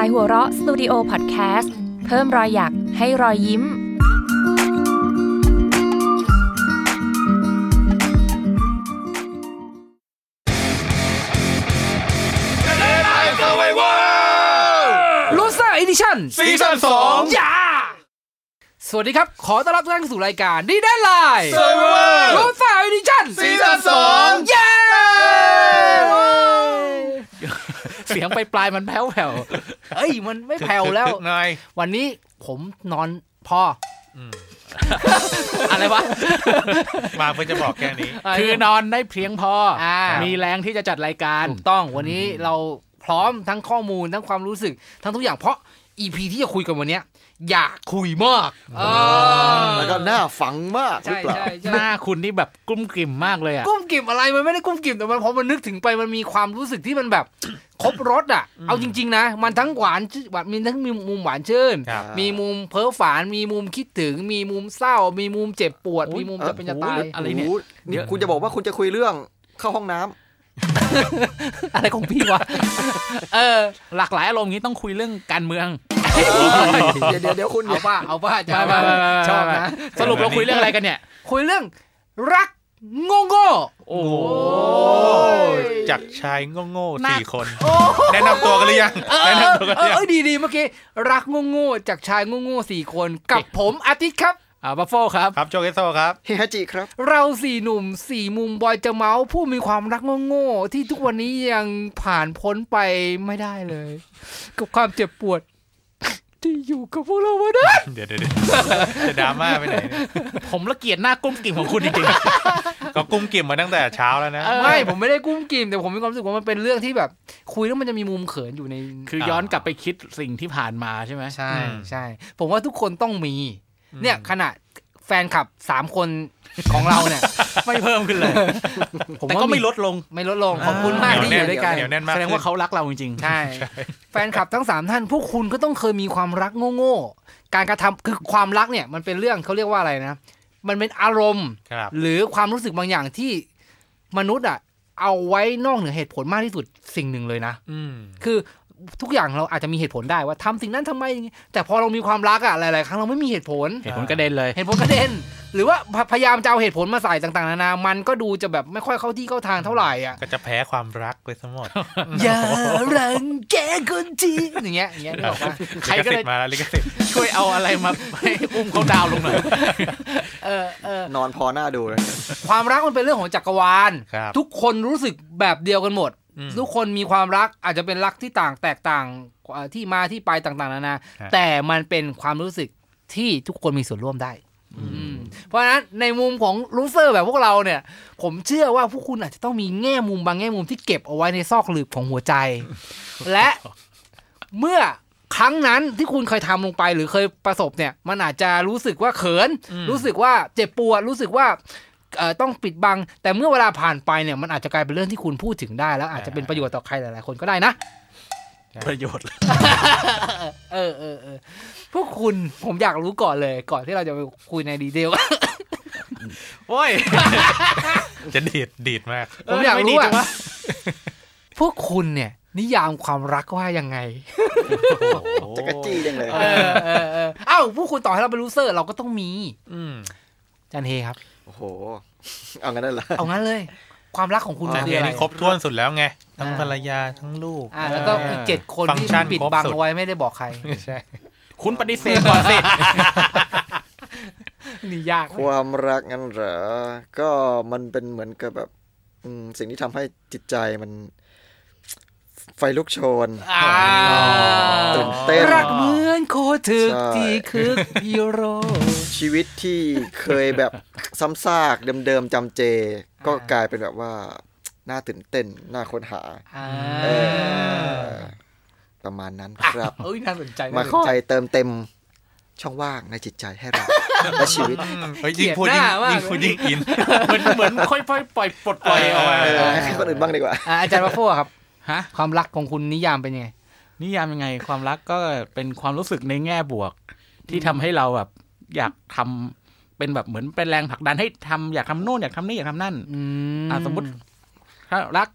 ายหัวเราะสตูดิโอพอดแคสต์เพิ่มรอยหยักให้รอยยิ้ม s u r v i v o r โรสเตอร์อีดิชั่น ซีซั่นสอง ยาสวัสดีครับ ขอต้อนรับทุกท่านเข้าสู่รายการดีแดนไลน์ เซอร์ไวเวอร์ โรสเตอร์อีดิชั่น ซีซั่นสอง ยาเสียงไปปลายๆมันแผ่วแผ่วๆเอ้ย มันไม่แผ่ว แล้ว นาย วันนี้ผมนอนพอออะไรวะ มาเพื่อจะบอกแค่นี้ คือนอนได้เพียงพออมีแรงที่จะจัดรายการ ถูกต้อง วันนี้เราพร้อมทั้งข้อมูลทั้งความรู้สึก ทั้งทุกอย่างเพราะ EP ที่จะคุยกันวันเนี้ย อยากคุยมาก แล้วก็หน้าฝังมากหรือ ใช่ เปล่า ใช่ใช่ หน้าคุณนี่แบบกุ้มกลิ่มมากเลยอ่ะ กุ้มกิ่มอะไรมันไม่ได้กุ้มกิ่มแต่มันพอมันนึกถึงไปมันมีความรู้สึกที่มันแบบ ครบรสอ่ะ เอาจริง ๆ นะ มันทั้งหวานชื่นหวานมีทั้งมีมุมหวานชื่น ครับ มีมุมเพ้อฝันมีมุมคิดถึง มีมุมเศร้า มีมุมเจ็บปวด มีมุมจะเป็นจะตาย อะไรเนี่ย โโหนี่คุณจะบอกว่าคุณจะคุยเรื่องเข้าห้องน้ำ อะไรของพี่วะ เออ หลากหลายอารมณ์นี้ต้องคุยเรื่องการเมือง เดี๋ยวเดี๋ยวเดี๋ยวคุณ เอาป่ะเอาป่ะจะเอาป่ะ ไปไปไปไป ชอบนะ สรุปเราคุยเรื่องอะไรกันเนี่ย คุยเรื่องรักโง่โง่ โอ้ จากชายโง่ๆ น่า สี่คน แนะนำตัวกันหรือยัง เออ แนะ เอำนอ ตัว เอ กันหรือ อ ยัง เอ้ยดีดีเมื่อกี้รักโง่โง่จากชายโง่โง่สี่คนกับผมอาทิตย์ครับ อ่าบัฟเฟครับ ครับโจเกโซครับ เฮฮาจิครับ เราสี่หนุ่มสี่มุมบอยจะเมาส์ผู้มีความรักโง่ๆที่ทุกวันนี้ยังผ่านพ้นไปไม่ได้เลย กับความเจ็บปวด ที่อยู่กับพวกเรามาได้ เดี๋ยวเดี๋ยวเดี๋ยวจะดราม่าไปไหนเนี่ย ผมละเกียดหน้ากุ้มกลิ่มของคุณจริง ก็กุ้มกิ่มมาตั้งแต่เช้าแล้วนะ ไม่ผมไม่ได้กุ้มกิ่มแต่ผมมีความรู้สึกว่ามันเป็นเรื่องที่แบบ คุยแล้วมันจะมีมุมเขินอยู่ใน ๆ คือย้อนกลับไปคิดสิ่งที่ผ่านมาใช่ไหม ใช่ อืม ใช่ ผมว่าทุกคนต้องมี เนี่ยขนาดแฟนคลับสามคนของเราเนี่ย ไม่เพิ่มขึ้นเลย ผม แต่ ว่า ก็ไม่ลดลง ไม่ลดลงขอบคุณมาก เหนียวแน่นที่อยู่ด้วยกัน เหนียวแน่นมาก แสดงว่าเขารักเราจริง ใช่ แฟนคลับทั้งสามท่านพวกคุณก็ต้องเคยมีความรักโง่ๆการกระทำคือความรักเนี่ยมันเป็นเรื่องเขาเรียกว่าอะไรนะ มันเป็นอารมณ์ ครับ หรือความรู้สึกบางอย่างที่มนุษย์อ่ะเอาไว้นอกเหนือเหตุผลมากที่สุดสิ่งหนึ่งเลยนะ อืม คือทุกอย่างเราอาจจะมีเหตุผลได้ว่าทำสิ่งนั้นทำไมอย่างงี้แต่พอเรามีความรักอะหลาย ๆ ครั้งเราไม่มีเหตุผล เหตุผลกระเด็นเลย เหตุผลกระเด็น หรือว่าพพยายามจะเอาเหตุผลมาใส่ต่าง ๆ นานา มันก็ดูจะแบบไม่ค่อยเข้าที่เข้าทางเท่าไหร่อ่ะ ก็จะแพ้ความรักไปทั้งหมด อย่ารังแกคนที่อย่างเงี้ยอย่างเงี้ยนึกออกปะ ใครก็ ลิ ได้ สิทธิ์มาแล้วลิขสิทธิ์ ช่วยเอาอะไร มาให้อุ้มเขาดาวน์ลงหน่อย เออเออน อนพอหน้าดูเลย ความรักมันเป็นเรื่องของจักรวาล ครับ ทุกคนรู้สึกแบบเดียวกันหมด อืม ทุกคนมีความรักอาจจะเป็นรักที่ต่างแตกต่างกว่าที่มาที่ไปต่างๆนานา ฮะ แต่มันเป็นความรู้สึกที่ทุกคนมีส่วนร่วมได้ อืมเพราะฉะนั้นในมุมของลูเซอร์แบบพวกเราเนี่ย ผมเชื่อว่าพวกคุณอาจจะต้องมีแง่มุมบางแง่มุมที่เก็บเอาไว้ในซอกหลืบของหัวใจ และเมื่อครั้งนั้นที่คุณเคยทำลงไปหรือเคยประสบเนี่ย มันอาจจะรู้สึกว่าเขิน รู้สึกว่าเจ็บปวดรู้สึกว่า เอ่อต้องปิดบัง แต่เมื่อเวลาผ่านไปเนี่ยมันอาจจะกลายเป็นเรื่องที่คุณพูดถึงได้ แล้วอาจจะเป็นประโยชน์ต่อใครหลายๆคนก็ได้นะ ประโยชน์ เออเออเออพวกคุณผมอยากรู้ก่อนเลย ก่อนที่เราจะไปคุยในดีเทล โอ้ย จะดีดดีดมาก ผมอยากรู้ เออทำไมดีจัว่าวงะ พวกคุณเนี่ย นิยามความรักว่ายังไง จะกระจี้ยังเลย เออเออเออเอ้าพวกคุณต่อให้เราเป็นลูเซอร์เราก็ต้องมี อืม จันเฮครับ โอ้โห เอางั้นได้เหรอ เอางั้นเลย ความรักของคุณ แต่ คือ เดี๋ยวอะไร นี้ครบถ้วนสุดแล้วไง ทั้งภรรยาทั้งลูก อ่าแล้วก็อีกเจ็ดคน ฟัง ที่ ก์ชัน ปิด ครบ บัง สุด เอาไว้ไม่ได้บอกใคร ใช่ คุณปฏิเสธก่อนสิ นี่ยาก ค เว้ยว ามรักงั้นเหรอ ก็มันเป็นเหมือนกับแบบอืมสิ่งที่ทำให้จิตใจมัน ไฟลุกโชน อ่า ตื่นเต้น รักเหมือนโคถึก ใช่ ที่คึกฮีโร่ ชีวิตที่เคยแบบ ซ้ำซากเดิมๆจำเจ ก็กลายเป็นแบบว่าน่าตื่นเต้นน่าค้นหา อ่า เออประมาณนั้นครับ เอ้ยน่าสนใจ มา น่าส เข้าน ใจ ใจเติมเต็มช่องว่างในจิตใจให้เรา และชีวิต อืมเฮ้ยยิ่งพูด เกลี ยิ่ ย ง ดหน้ามาก ยิ่งพูดยิ่งอิน เหมือนเหมือนค่อยๆปล่อยปลดปล่อยออกมา เออให้คนอื่นบ้างดีกว่า อ่าอาจารย์วัฟเฟิลครับ ฮะ ความรักของคุณนิยามเป็นยังไง นิยามยังไงความรักก็เป็นความรู้สึกในแง่บวก ที่ทำให้เราแบบอยากทำเป็นแบบเหมือนเป็นแรงผลักดันให้ทำอยากทำโน่นอยากทำนี่อยากทำนั่น อืม อ่ะสมมติถ้ารัก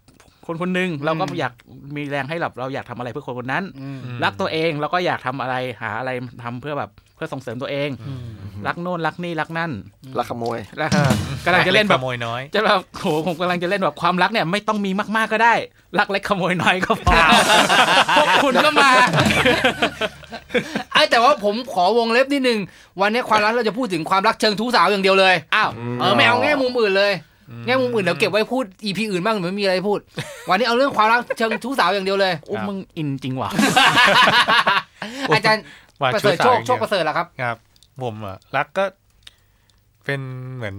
คนคนหนึ่งเราก็ อืม อยากมีแรงให้แบบเราอยากทำอะไรเพื่อคนคนนั้น อืม อืม รักตัวเองแล้วก็อยากทำอะไรหาอะไรทำเพื่อแบบเพื่อส่งเสริมตัวเอง อืม รักโน่นรักนี่รักนั่น ลักขโมย แล้วก็กำลังจะเล่นแบบ ขโมยน้อย จะแบบโหผมกำลังจะเล่นแบบความรักเนี่ย ไม่ต้องมีมากๆก็ได้ รักเล็กขโมยน้อยก็พอ พวกคุณก็มา ไอยแต่ว่าผมขอวงเล็บนิดนึง วันนี้ความรักเราจะพูดถึงความรักเชิงทู้สาวอย่างเดียวเลย อ้าว เออไม่เอาแง่มุมอื่นเลย แง่มุมอื่นเดี๋ยวเก็บไว้พูดอีพีอื่นบ้างหรือมีอะไรพูด วันนี้เอาเรื่องความรักเชิงทู้สาวอย่างเดียวเลย อุ้ ครับ มึงอินจริงว่ะ อาจารย์ ว่า ประ ชู้ เสริฐ สา โช วอย่าคงเดียวโชคประเสริฐเหรอครับ ครับ ผมอ่ะรักก็เป็นเหมือน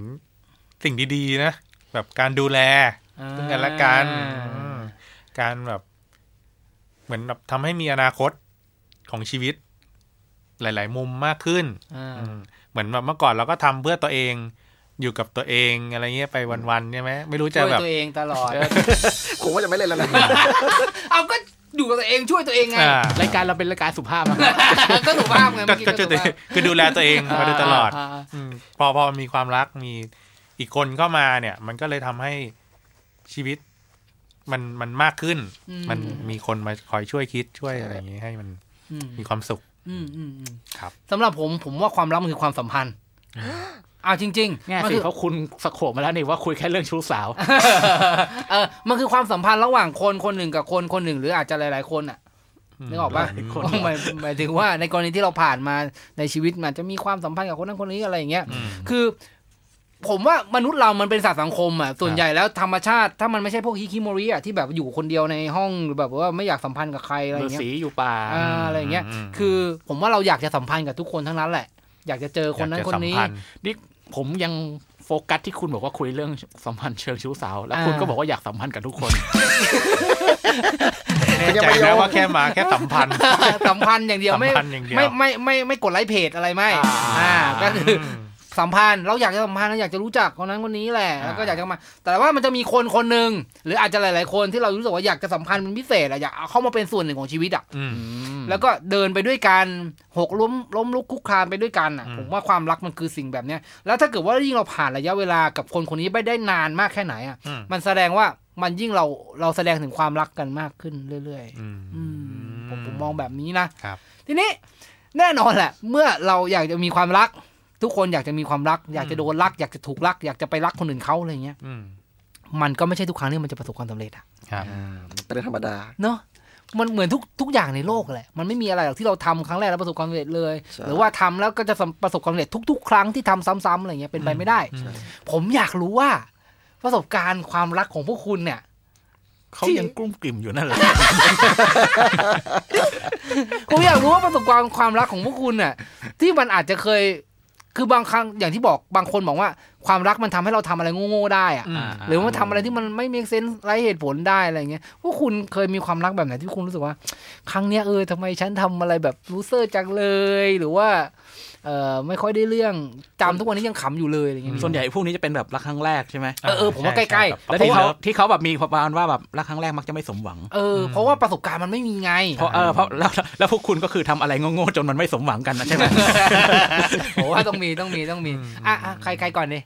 สิ่งดีๆนะ แบบการดูแล ซึ่งกันและกันอืมการแบบ เหมือนแบบทำให้มีอนาคตของชีวิต หลาย ๆ มุมมากขึ้นอืมเหมือนแบบเมื่อก่อนเราก็ทำเพื่อตัวเอง อยู่กับตัวเองอะไรเงี้ยไปวันๆใช่ไหมไม่รู้จะ ช่วย แบบ ตัวเองตลอด ผมว่าจะไม่เล่นแล้วนะ เอาก็อยู่กับตัวเองช่วยตัวเองไง อ่า รายการเราเป็นรายการสุภาพนะ ก็สุภาพไง ก็ เมื่อกี้ ก็ ก็ จะ สุภาพ คือดูแลตัวเองมาโดยตลอด าา อืมพอพอมีความรักมีอีกคนเข้ามาเนี่ย มันก็เลยทำให้ชีวิต มันมันมากขึ้น มันมีคนมาคอยช่วยคิดช่วยอะไรอย่างงี้ให้มัน อืม มีความสุข อืมอืมอืม ครับ สำหรับผมผมว่าความรักมันคือความสัมพัน ธ์อ้าวจริง แง่ ๆมัน สิ คือ เขาะคุณสโคบมาแล้วนี่ว่าคุยแค่เรื่องชู้สาว เออมันคือความสัมพันธ์ระหว่างคนคนหนึ่งกับคนคนหนึ่งหรืออาจจะหลาย ๆ คนอ่ะ นึกออกปะ ม คน หมายหมายถึงว่าในกรณีที่เราผ่านมาในชีวิตมันอาจจะมีความสัมพันธ์กับคนนั้นคนนี้อะไรอย่างเงี้ย อืม คือ ผมว่ามนุษย์เรามันเป็นสัตว์สังคมอ่ะส่วนใหญ่แล้วธรรมชาติถ้ามันไม่ใช่พวกฮิคิโมริอ่ะที่แบบอยู่คนเดียวในห้องหรือแบบว่าไม่อยากสัมพันธ์กับใครอะไรอ ฤา ย่างเงี้ย ษีอยู่ป่า อ่าอะไรอย่างเงี้ย อืม คือผมว่าเราอยากจะสัมพันธ์กับทุกคนทั้งนั้นแหละ อยากจะเจอคนนั้น อยาก ค จะ นนี้ สัมพัธ์ ผมยังโฟกัสที่คุณบอกว่าคุยเรื่องสัมพันธ์เชิงชู้สาว แล้ว อ่า คุณก็บอกว่าอยากสัมพันธ์กับทุกคน แน่ใจนะว่าแค่มาแค่สัมพันธ์ สัมพันธ์อย่างเดียวไม่ สัมพันธ์อย่างเดียว ไม่ไม่ไม่ไม่กดไลค์เพจอะไรไม่ อ่า อ่าก็คือ อืม สัมพันธ์เราอยากจะสัมพันธ์เราอยากจะรู้จักคนนั้นคนนี้แหละ อ่า แล้วก็อยากจะมา แต่ว่ามันจะมีคนคนหนึ่งหรืออาจจะหลาย ๆ คนที่เรารู้สึกว่าอยากจะสัมพันธ์เป็นพิเศษอะอยากเอาเข้ามาเป็นส่วนหนึ่งของชีวิตอะ อืม แล้วก็เดินไปด้วยกันหกล้มล้มลุกคลุกคลานไปด้วยกันอะ อืม ผมว่าความรักมันคือสิ่งแบบเนี้ยแล้วถ้าเกิดว่ายิ่งเราผ่านระยะเวลากับคนคนนี้ไปได้นานมากแค่ไหนอะ อืม มันแสดงว่ามันยิ่งเราเราแสดงถึงความรักกันมากขึ้นเรื่อย ๆ อืม อืมผมผมมองแบบนี้นะครับ ทีนี้แน่นอนแหละ เมื่อเราอยากจะมีความรัก ทุกคนอยากจะมีความรัก อยากจะโดนรัก อยากจะถูกรัก อยากจะไปรักคนอื่นเขาอะไรเงี้ย อืม มันก็ไม่ใช่ทุกครั้งที่มันจะประสบความสำเร็จอะ ครับ เป็นเรื่องธรรมดา เนาะมันเหมือนทุกทุกอย่างในโลกแหละมันไม่มีอะไรหรอกที่เราทำครั้งแรกแล้วประสบความสำเร็จเลย ใช่ หรือว่าทำแล้วก็จะประสบความสำเร็จทุก ๆ ครั้งที่ทำซ้ำๆอะไรเงี้ยเป็นไปไม่ได้ ใช่ ผมอยากรู้ว่า ประสบการณ์ความรักของพวกคุณเนี่ย เขายังกลุ้มกลิ่มอยู่นั่นแหละ ผมอยากรู้ว่าประสบการณ์ความรักของพวกคุณน่ะ ที่มันอาจจะเคย คือบางครั้งอย่างที่บอกบางคนบอกว่า ความรักมันทำให้เราทำอะไรโง่ๆได้อะ อืม หรือว่าทำอะไรที่มันไม่ make sense ไร้เหตุผลได้อะไรเงี้ยพวกคุณเคยมีความรักแบบไหนที่คุณรู้สึกว่า ครั้งเนี้ยเออทำไมฉันทำอะไรแบบรู้เซอร์จังเลย หรือว่า เออไม่ค่อยได้เรื่องจำทุกวันนี้ยังขำอยู่เลยอะไรเงี้ย ส่วนใหญ่พวกนี้จะเป็นแบบรักครั้งแรกใช่ไหม เออเออผมว่าใกล้ ใช่ครับ ๆ แล้ว เพ ที่ ราะ เขา ว่า ที่เขาแบบมีประมาณว่าแบบรักครั้งแรกมักจะไม่สมหวัง เออเพราะว่าประสบการณ์มันไม่มีไง เพราะเออเพราะแล้วแล้วพวกคุณก็คือทำอะไรโง่ๆจนมันไม่สมหวังกันนะใช่ไหม ผมว่าต้องมีต้องมีต้องมีอ่ะอ่ะใครใครก่อนดิ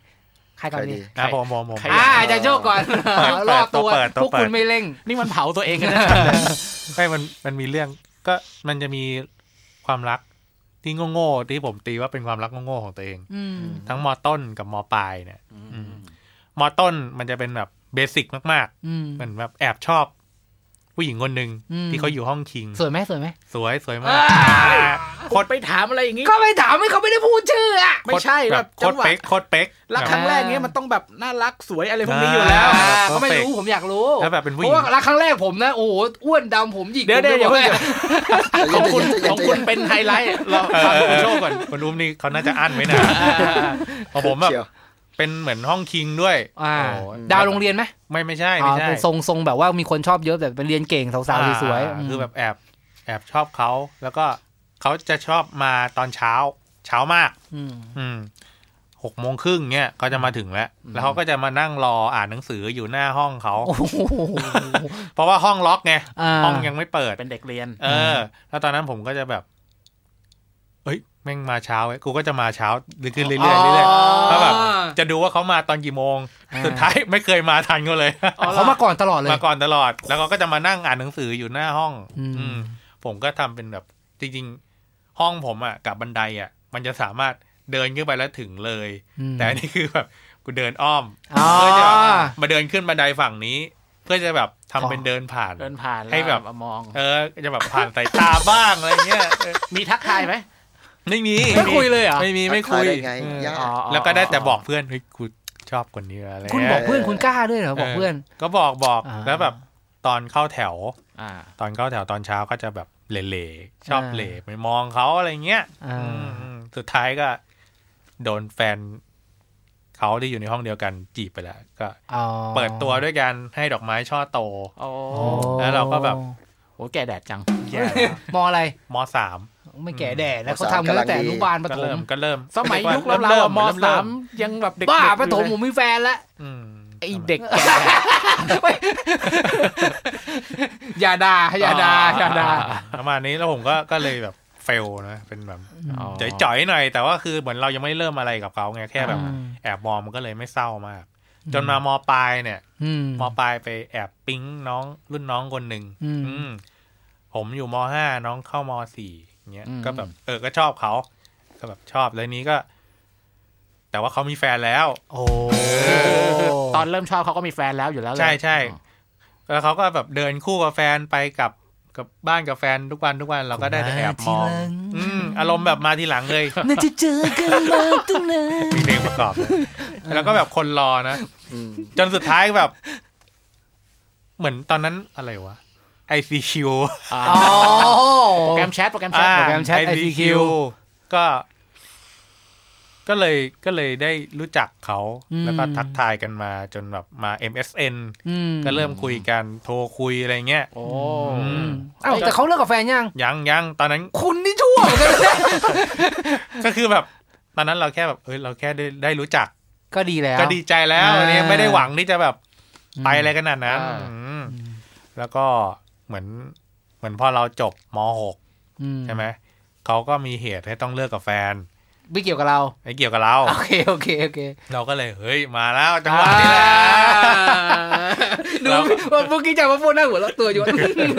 ใครก่อน ใคร ดิ ดี นะผมผมผม ใคร อ่ะอาจารย์โชคก่อนรอบตัว เปิดตัวเปิด พวกคุณไม่เร่ง นี่มันเผาตัวเองกันนะ ไม่มันมันมีเรื่องก็มันจะมีความรักที่โง่ๆที่ผมตีว่าเป็นความรักโง่ๆของตัวเอง อืม ทั้งมต้นกับมปลายเนี่ยอืมมต้นมันจะเป็นแบบเบสิกมาก อืม ๆเหมือนแบบแอบชอบ ผู้หญิงคนหนึ่ง อืม ที่เขาอยู่ห้องคิง สวยไหมสวยไหม สวยสวยมาก โคตรไปถามอะไรอย่างงี้ ก็ไปถามให้เขาไม่ได้พูดชื่ออ่ะ ไม่ใช่ แบ แบบ บ โค จั ต ง ร หวะ เป๊กโคตรเป๊ก รักครั้งแรกเนี้ยมันต้องแบบน่ารักสวยอะไรพวกนี้อยู่ อ่า แล้ว ก็ไม่รู้ผมอยากรู้ แล้วแบบเป็นผู้ห เพ ญิง ราะว่ารักครั้งแรกผมนะ โอ้โหอ้วนดำผมหยิก เดี๋ยว ผม เดี๋ยวเดี๋ยว บอกา ของคุณ ใจเย็นใจเย็น ของคุณเป็นไฮไลท์เรา เออ ฟัง เออ คุ เอ ณ อ โชคก่อน คนอุ้มนี่เขาน่าจะอั้นไว้นะของผมแบบ เชียว เป็นเหมือนห้องคิงด้วย อ่า โอ้ย ดาวโรงเรียนไหม ไม่ไม่ใช่ อ๋ ไม่ อ ใช่ เป็นทรงทรงแบบว่ามีคนชอบเยอะแต่เป็นเรียนเก่งสาวๆสวยๆ อ่าม คือแบบแอบแอบชอบเขา แล้วก็เขาจะชอบมาตอนเช้า เช้ามาก อืม อืมหกโมงครึ่งเนี่ยเขาจะมาถึงแล้ว แล้วเขาก็จะมานั่งรออ่านหนังสืออยู่หน้าห้องเขา โอ้โห เพราะว่าห้องล็อกไง อ่า ห้องยังไม่เปิด เป็นเด็กเรียน เออ แล้วตอนนั้นผมก็จะแบบ เอ้ยแม่งมาเช้าไว้ยกูก็จะมาเช้าหรือขึ้นเรื่อยๆเรื่อยๆ ก็แบบจะดูว่าเขามาตอนกี่โมง สุดท้ายไม่เคยมาทันเขาเลย เขามาก่อนตลอดเลย มาก่อนตลอด แล้วเขาก็จะมานั่งอ่านหนังสืออยู่หน้าห้อง อืม อืมผมก็ทำเป็นแบบจริง ๆ ห้องผมอ่ะกับบันไดอ่ะ มันจะสามารถเดินขึ้นไปแล้วถึงเลย อืม แต่อันนี้คือแบบกูเดินอ้อม อ๋อ เพื่อจะมาเดินขึ้นบันไดฝั่งนี้ เพื่อจะแบบทำเป็นเดินผ่าน เดินผ่าน ให้แบบ ล้วมอง เออจะแบบผ่านสายตาบ้างอะไรเงี้ยเออ มีทักทายไหม ไม่มี ไม่คุยเลยเหรอ ไม่มีไม่คุย ทักทายได้เออยไงาก อ๋ออ๋อ แล้วก็ได้แต่บอกเพื่อนเฮ้ยกูชอบคนนี้อะไร คุณ เงี้ย บอกเพื่อนคุณกล้าด้วยเหรอบอกเพื่อน ก็บอกบอก อ่า แล้วแบบตอนเข้าแถว อ่า ตอนเข้าแถวตอนเช้าก็จะแบบเหล่ๆชอบ อ่า เหล่ไปมองเขาอะไรเงี้ย อ่า อืมสุดท้ายก็โดนแฟนเขาที่อยู่ในห้องเดียวกันจีบไปแล้ว ก็ อ๋อ เปิดตัวด้วยการให้ดอกไม้ช่อโต โอ้ โอ้ แล้วเราก็แบบ โหแก่แดดจัง มออะไร มสาม ไม่แก่แดดแล้ว ม เขา สาม ทำกันตั้งแต่ กำลังอดีนุบาลประ ก็ ถ เริ่ ม มก็เริ่ม สมัยยุคเรา เริ่ม เรา เริ่ อะม เริ่ สาม เริ่ ยังแบบเด็กๆ บ้า อยู่เลย ประถมผมมีแฟนแล้ว อืม ไอเด็กแก ่อย่าด่าอย่าด่าอย่าด่า ประมาณนี้แล้วผมก็ก็เลยแบบเฟลนะเป็นแบบ อ๋อ จ่อยๆหน่อย แต่ว่าคือเหมือนเรายังไม่เริ่มอะไรกับเขาไงแค่แบบ อ่า แอบมองมันก็เลยไม่เศร้ามาก จนมามปลายเนี่ย อืม มปลายไปแอบปิ๊งน้องรุ่นน้องคนหนึ่ง อืม อืมผมอยู่มห้าน้องเข้ามสี่เงี้ย อืม ก็แบบเออก็ชอบเขาก็แบบชอบแล้วนี้ก็ แต่ว่าเขามีแฟนแล้ว โอ้ ตอนเริ่มชอบเขาก็มีแฟนแล้วอยู่แล้วแหละ ใช่ใช่แล้วเขาก็แบบเดินคู่กับแฟนไปกับกับบ้านกับแฟนทุกวันทุกวันเราก็ได้แต่แอบมองอืมอารมณ์แบบมาทีหลังเลย น่าจะเจอกันมาตรงนั้น มีเพลงประกอบด้วยแล้วก็แบบคนรอนะ อืม จนสุดท้ายแบบ เหมือนตอนนั้นอะไรวะ ICQ อ่า อ๋อ โปรแกรมแชทโปรแกรมแชทโปรแกรม มแชท ICQ ก็ ก็เลยก็เลยได้รู้จักเขา อืม แล้วก็ทักทายกันมาจนแบบมา MSN อืม ก็เริ่มคุยกันโทรคุยอะไรเงี้ย โอ้ อืม อ้าวแต่เขาเลิกกับแฟนยัง ยังยังตอน นั้น คุณนี่ชั่วเหมือนกันนะ ก็คือแบบ ตอนนั้นเราแค่แบบเอยเราแค่ได้ได้รู้จัก ก็ดีแล้ว ก็ดีใจแล้ว อ่า เนี่ยไม่ได้หวังที่จะแบบไปอะไรขนาดนั้น อ่า อืมแล้วก็เหมือน เหมือนพอเราจบม อื .6 ใช่ไหมเขาก็มีเหตุให้ต้องเลิกกับแฟน ไม่เกี่ยวกับเรา ไม่เกี่ยวกับเรา โอเค โอเค โอเค เราก็เลยเฮ้ยมาแล้วจังหวะนี้แหละ ดูว่าเมื่อกี้จากว่าพูดหน้าหัวเราะตัวอยู่ว่า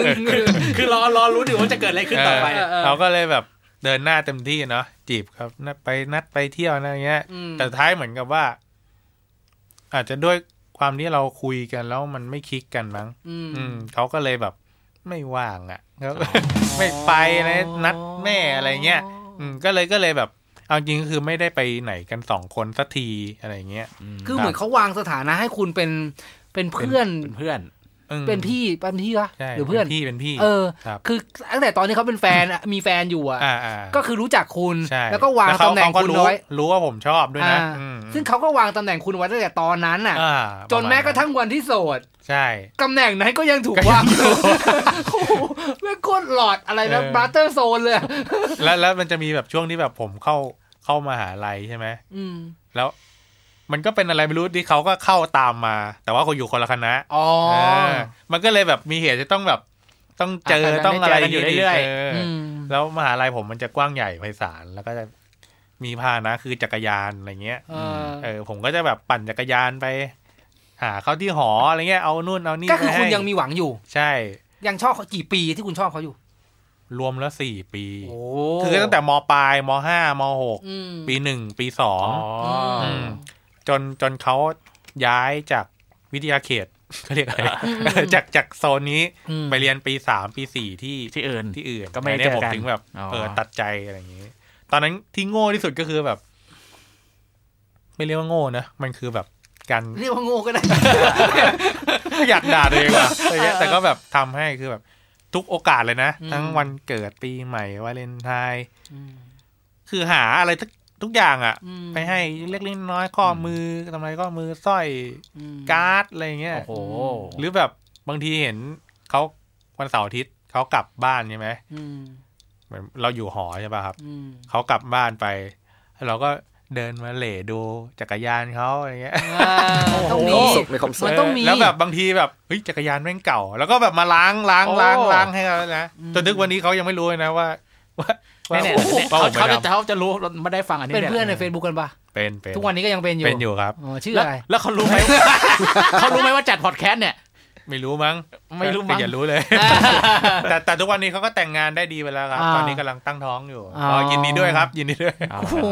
คือรอรอรู้อยู่ว่าจะเกิดอะไรขึ้นต่อไป เออเราก็เลยแบบเดินหน้าเต็มที่เนาะจีบครับนัดไปนัดไปเที่ยวนะอย่างเงี้ย อืม แต่ท้ายเหมือนกับว่า อาจจะด้วยความที่เราคุยกันแล้วมันไม่คลิกกันมั้ง อืม อืมเขาก็เลยแบบไม่ว่างอ่ะเขาก็ ไม่ไปนะนัดแม่อะไรเงี้ยอืมก็เลยก็เลยแบบ เอาจริงก็คือไม่ได้ไปไหนกันสองคนสักทีอะไรเงี้ย คือเหมือนเขาวางสถานะให้คุณเป็น เป็นเพื่อน เป็นเพื่อน อืม เป็นพี่เป็นพี่วะ ใช่ หรือเพื่อน ป็พี่เป็นพี่ เออ ครับ คือตั้งแต่ตอนนี้เขาเป็นแฟนอะมีแฟนอยู่อะ อ่าอ่า ก็คือรู้จักคุณ ใช่ แล้วก็วาง เข ตำแหน่ง เขาก็ คุณ รู้ น้อย รู้ว่าผมชอบด้วยนะ อ่า อืม ซึ่งเขาก็วางตำแหน่งคุณไว้ตั้งแต่ตอนนั้นน่ะ อ่า จนแม้กระทั่งวันที่โสด ใช่ ตำแหน่งนั้นก็ยังถูกว่างอยู่โอ้โหแม่งโคตรหลอดอะไรนะ เออ บราเตอร์โซนเลยอะ แล้วแล้วมันจะมีแบบช่วงที่แบบผมเข้าเข้ามาหาลัยใช่ไหม อืม แล้ว มันก็เป็นอะไรไม่รู้ที่เขาก็เข้าตามมา แต่ว่าเขาอยู่คนละคณะ อ๋อ เออมันก็เลยแบบมีเหตุจะต้องแบบ ต้องเจอ อ่ะ ต้องอะไร เจอกันอยู่ ดีๆ เรื่อยๆ เออ ม แล้วมหาลัยผมมันจะกว้างใหญ่ไพศาลแล้วก็จะมีพาหนะคือจักรยานอะไรเงี้ย เออ เออผมก็จะแบบปั่นจักรยานไป หาเขาที่หออะไรเงี้ยเอานู่นเอานี่ ก็คือ ไปให้ คุณยังมีหวังอยู่ ใช่ ยังชอบเขากี่ปีที่คุณชอบเขาอยู่ รวมแล้วสี่ปี โอ้ คือตั้งแต่มปลายมห้ามหก อืม ปีหนึ่งปีสอง อ๋ออ ม จนจนเขาย้ายจากวิทยาเขต เขาเรียก อะไร จากจากโซนนี้ อืม ไปเรียนปีสามปีสี่ที่ ที่อื่น ที่อื่น ก็ไม่ อันนี้ เจอผกันมถึงแบบ อ๋อ เออตัดใจอะไรอย่างนี้ ตอนนั้นที่โง่ที่สุดก็คือแบบ ไม่เรียกว่าโง่นะมันคือแบบการ เรียกว่าโง่ก็ได้ อยากด่าตัวเอง ว่ะอะไรเงี้ยแต่ก็แบบทำให้คือแบบ ทุกโอกาสเลยนะ อืม ทั้งวันเกิดปีใหม่วาเลนไทน์คือหาอะไรทุกทุกอย่างอ่ะ อืม ไปให้เล็กๆน้อยๆข้อมือทำไรข้อมือสร้อย อืม การ์ดอะไรเงี้ย โอ้โห หรือแบบบางทีเห็นเขาวันเสาร์อาทิตย์เขากลับบ้านใช่ไหม อืม เหมือนเราอยู่หอใช่ป่ะครับ อืม เขากลับบ้านไปแล้วเราก็เดินมาเหล่ดูจักรยานเขาอะไรเงี้ย อ่าต้อง มี มี ความสุขมีความสุ มั ข นต้องมี แล้วแบบบางทีแบบเฮ้ยจักรยานแม่งเก่า แล้วก็แบบมาล้างล้าง โอ้ ล้างล้างให้เขานะจนถึงวันนี้เขายังไม่รู้เลยนะว่าว่า แน่ๆ ว่าผม เขา ไม่ จะ ทำ เขาจะรู้ไม่ได้ฟังอันนี้ เป็น ย เพื่อนใน Facebook กันปะ เป็นเป็น ทุกวันนี้ก็ยังเป็นอยู่ เป็นอยู่ครับ อ๋อชื่อ แล้ว อะไร แล้วเขารู้ไหม เขารู้ไหมว่าจัดพอดแคสต์เนี่ย ไม่รู้มั้ง ไม่รู้มั้ง แต่อย่ารู้เลย แต่แต่ทุกวันนี้เขาก็แต่งงานได้ดีไปแล้วครับ อ่า ตอนนี้กำลังตั้งท้องอยู่ อ๋อ ก็ยินดีด้วยครับ ยินดีด้วย เอา โอ้โห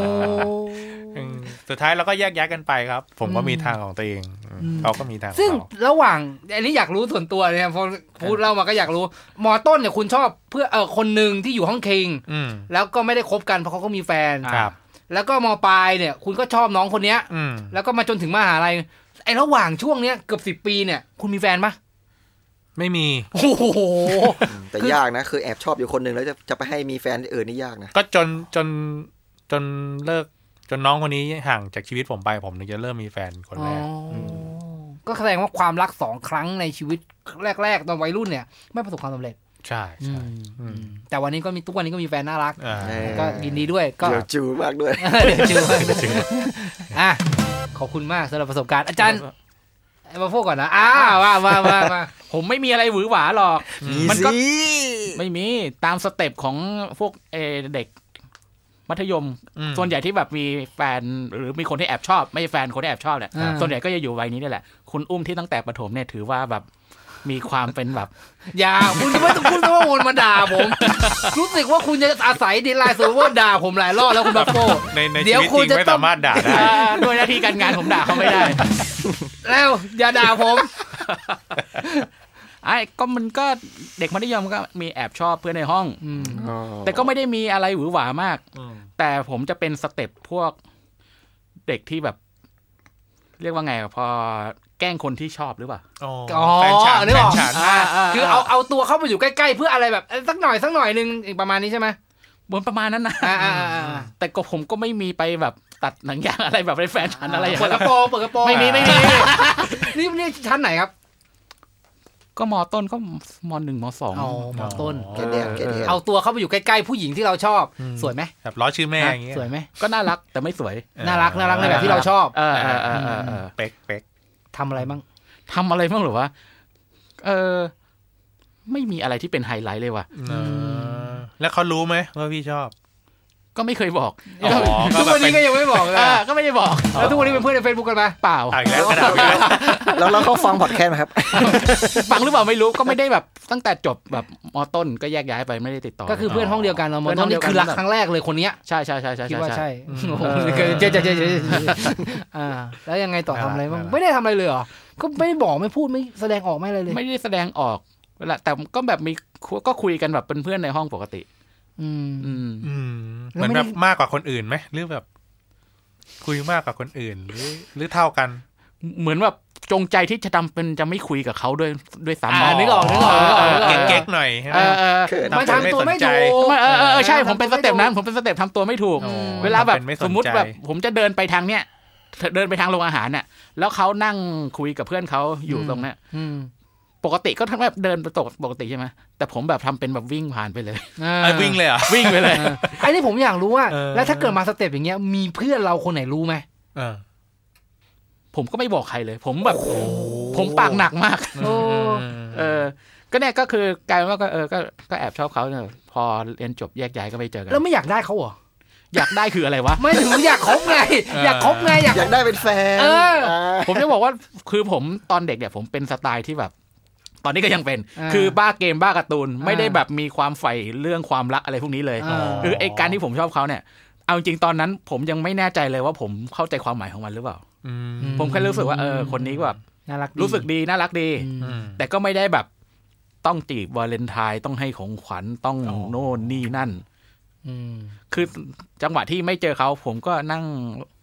อืมสุดท้ายเราก็แยกย้ายกันไปครับ ผมก็มีทางของตัวเองอืม อืม เขาก็มีทางของ ซึ่ง เขา ระหว่างอันนี้อยากรู้ส่วนตัวเนี่ยพอพูดเล่ามาก็อยากรู้หมอต้นเนี่ยคุณชอบเพื่อเออคนหนึ่งที่อยู่ห้องเคง อืม แล้วก็ไม่ได้คบกันเพราะเขาก็มีแฟน ครับ แล้วก็มปลายเนี่ยคุณก็ชอบน้องคนเนี้ย อืม แล้วก็มาจนถึงมหาลัยไอ้ระหว่างช่วงเนี้ยเกือบสิบปีเนี่ย คุณมีแฟนปะ ไม่มี โอ้โห อืมแต่ยากนะ คือแอบชอบอยู่คนหนึ่งแล้วจะจะไปให้มีแฟนที่อื่นนี่ยากนะ ก็จนจนจนเลิกจนน้องคนนี้ห่างจากชีวิตผมไปผมถึงจะเริ่มมีแฟนคนแรก อ๋ออก็แสดงว่าความรักสองครั้งในชีวิตแรก ๆ ตอนวัยรุ่นเนี่ย ไม่ประสบความสำเร็จ ใช่ใช่อืม แต่วันนี้ก็มีทุกวันนี้ก็มีแฟนน่ารัก อ่า เออ ก็ยินดีด้วยก็ เดี๋ยวจูมากด้วย เดี๋ยวจูอ่ะขอบคุณมากสำหรับประสบการณ์อาจารย์มาพูดก่อนนะอ้าวมามามามา ผมไม่มีอะไรหวือหวาหรอก มี มันก็ สิ ไม่มีตามสเต็ปของพวกเอ่อเด็ก มัธยม อืม ส่วนใหญ่ที่แบบมีแฟนหรือมีคนที่แอบชอบไม่ใช่แฟนคนที่แอบชอบแหละ อ่า ส่วนใหญ่ก็จะอยู่วัยนี้นี่แหละ คุณอุ้มที่ตั้งแต่ประถมเนี่ยถือว่าแบบมีความเป็นแบบ อย่าคุณจะไม่ต้องคุณต้องว่าวนมาด่าผม รู้สึกว่าคุณจะอาศัยดีไลน์สูว่าด่าผมหลายรอบแล้วคุณบัฟโฟ ในใน เดี๋ ชี ยว วิต คุ จ ณ ริง จะ ไม่ ต้อง สามารถด่าได้ อ่าด้วยหน้าที่การงานผมด่าเขาไม่ ได้ แล้วอย่าด่าผม ไอ้ก็มันก็เด็กมัธยมก็มีแอบชอบเพื่อนในห้อง อืม อ๋อ แต่ก็ไม่ได้มีอะไรหวือหวามาก แต่ผมจะเป็นสเต็ปพวกเด็กที่แบบ เรียกว่าไงอะพอแกล้งคนที่ชอบหรือเปล่า อ๋อ อ๋อ แฟนฉัน นึก แฟ อน อก ฉัน อ่าอ่า คือเอาเอาตัวเข้าไปอยู่ใกล้ๆ เพื่ออะไรแบบเอ้ยสักหน่อยสักหน่อยหนึงประมาณนี้ใช่ไหม เหมือนประมาณนั้นนะ อ่าอ่าอ่าอ่า แต่ก็ผมก็ไม่มีไปแบบตัดหนังยางอะไรแบบไปแฟนฉันอะไรอย่าง เปิ นั้ ดกนหร ระ อก โปรงเปิดกระโปรง ไม่มีไม่มี นี่นี่ชั้นไหนครับ ก็มอต้นก็มอหนึ่งมอสอง อ๋อหมอต้น เกลียดเกลียด เอาตัวเข้าไปอยู่ใกล้ๆ ผู้หญิงที่เราชอบ อืม สวยไหม แบบล้อชื่อแม่อย่างเงี้ย สวยไหม ก็น่ารักแต่ไม่สวย เออ น่ารักน่ารักในแบบที่เราชอบ เออเออเออเออเออ เป๊กเป๊ก ทำอะไรบ้าง ทำอะไรบ้างหรือวะเออ ไม่มีอะไรที่เป็นไฮไลท์เลยว่ะ เออแล้วเขารู้ไหมว่าพี่ชอบ ก็ไม่เคยบอก อ๋อก็ ทุก แบบ วันนี้ก็ยังไม่บอกเลย เออก็ไม่ได้บอก แล้วทุกวันนี้เป็นเพื่อนในเฟซบุ๊กกันปะ เปล่า อ่านแล้วกระดาษอีกแล้ว แล้วแล้วเขาฟังพอดแคสต์ไหมครับ ฟังหรือเปล่าไม่รู้ก็ไม่ได้แบบตั้งแต่จบแบบมอต้นก็แยกย้ายไปไม่ได้ติดต่อ ก็คือเพื่อนห้องเดียวกันเรามอง เพื่อนห้ ต้ อน งเดีย นี่ วกัน คือรักครั้งแรกเลยคนเนี้ย ใช่ใช่ใช่ใช่ คิดว่า ใช่ ใช่โอ้โหเจ๊เจ๊เจ๊เจ๊เจ๊อ่าแล้วยังไงต่อทำอะไรบ้างไม่ได้ทำอะไรเลยเหรอก็ไม่บอกไม่พูดไม่แสดงออกไม่อะไรเลย ไม่ได้แสดงออกเวลาแต่ก็แบบมีคุก็คุยกันแบบเป็นเพื่อนในห้องปกติ อืม อืม อืมเหมืแล้วอนแบไม่ได้ บมากกว่าคนอื่นไหมหรือแบบ คุยมากกว่าคนอื่น หรือหรือเท่ากัน เหมือนแบบจงใจที่จะทำเป็นจะไม่คุยกับเขาด้วยด้วยซ้ำ อ่านึกออกนึกออกนึกออกนึกออก เก๊กๆหน่อยใช่ไหม เออเออ เขิน มันทำตัวไม่ทำถูตัวไม่สนใจ ก ไม่เออเออเออใช่ผมเป็นสเต็ปนั้นผมเป็นสเต็ปทำตัวไม่ถูก อ๋อ เวลาแบบ นไนใจ สมมติแบบ ผมจะเดินไปทางเนี้ยเดินไปทางโรงอาหารน่ะ แล้วเขานั่งคุยกับเพื่อนเขาอยู่ อืม ตรงเนี้ย อืม ปกติก็ทั้งแบบเดินไปตกปกติใช่ไหมแต่ผมแบบทำเป็นแบบวิ่งผ่านไปเลย อ่า ไอ้วิ่งเลยเหรอ่ะ วิ่งไปเลย ไอ้นี่ผมอยากรู้ว่า เออ แล้วถ้าเกิดมาสเต็ปอย่างเงี้ยมีเพื่อนเราคนไหนรู้ไหม เออ ผมก็ไม่บอกใครเลย ผมแบบผมปากหนักมาก โอ้ เออ ก็เนี่ยก็คือกลายเป็นว่าก็เออก็ก็แอบชอบเขาเนี่ยพอเรียนจบแยกย้ายก็ไปเจอกัน แล้วไม่อยากได้เขาเหรอ อยากได้คืออะไรวะ ไม่ถึงอยากคบไง อยากคบไงอยาก อยากได้เป็นแฟน เอออ่ า ผมจะบอกว่าคือผมตอนเด็กเนี่ยผมเป็นสไตล์ที่แบบ ตอนนี้ก็ยังเป็น อ่า คือบ้าเกมบ้าการ์ตูน อ่า ไม่ได้แบบมีความใฝ่เรื่องความรักอะไรพวกนี้เลย อ่า คือไอการที่ผมชอบเขาเนี่ย เอาจริงๆตอนนั้นผมยังไม่แน่ใจเลยว่าผมเข้าใจความหมายของมันหรือเปล่า อืม อื ผมแค่รู้สึกว่าเออคนนี้แบบ น่ารัก รู้สึกดีน่ารักดี อืม อืม แต่ก็ไม่ได้แบบต้องจีบวาเลนไทน์ต้องให้ของขวัญต้องโน่นนี่นั่น อืม คือจังหวะที่ไม่เจอเขาผมก็นั่ง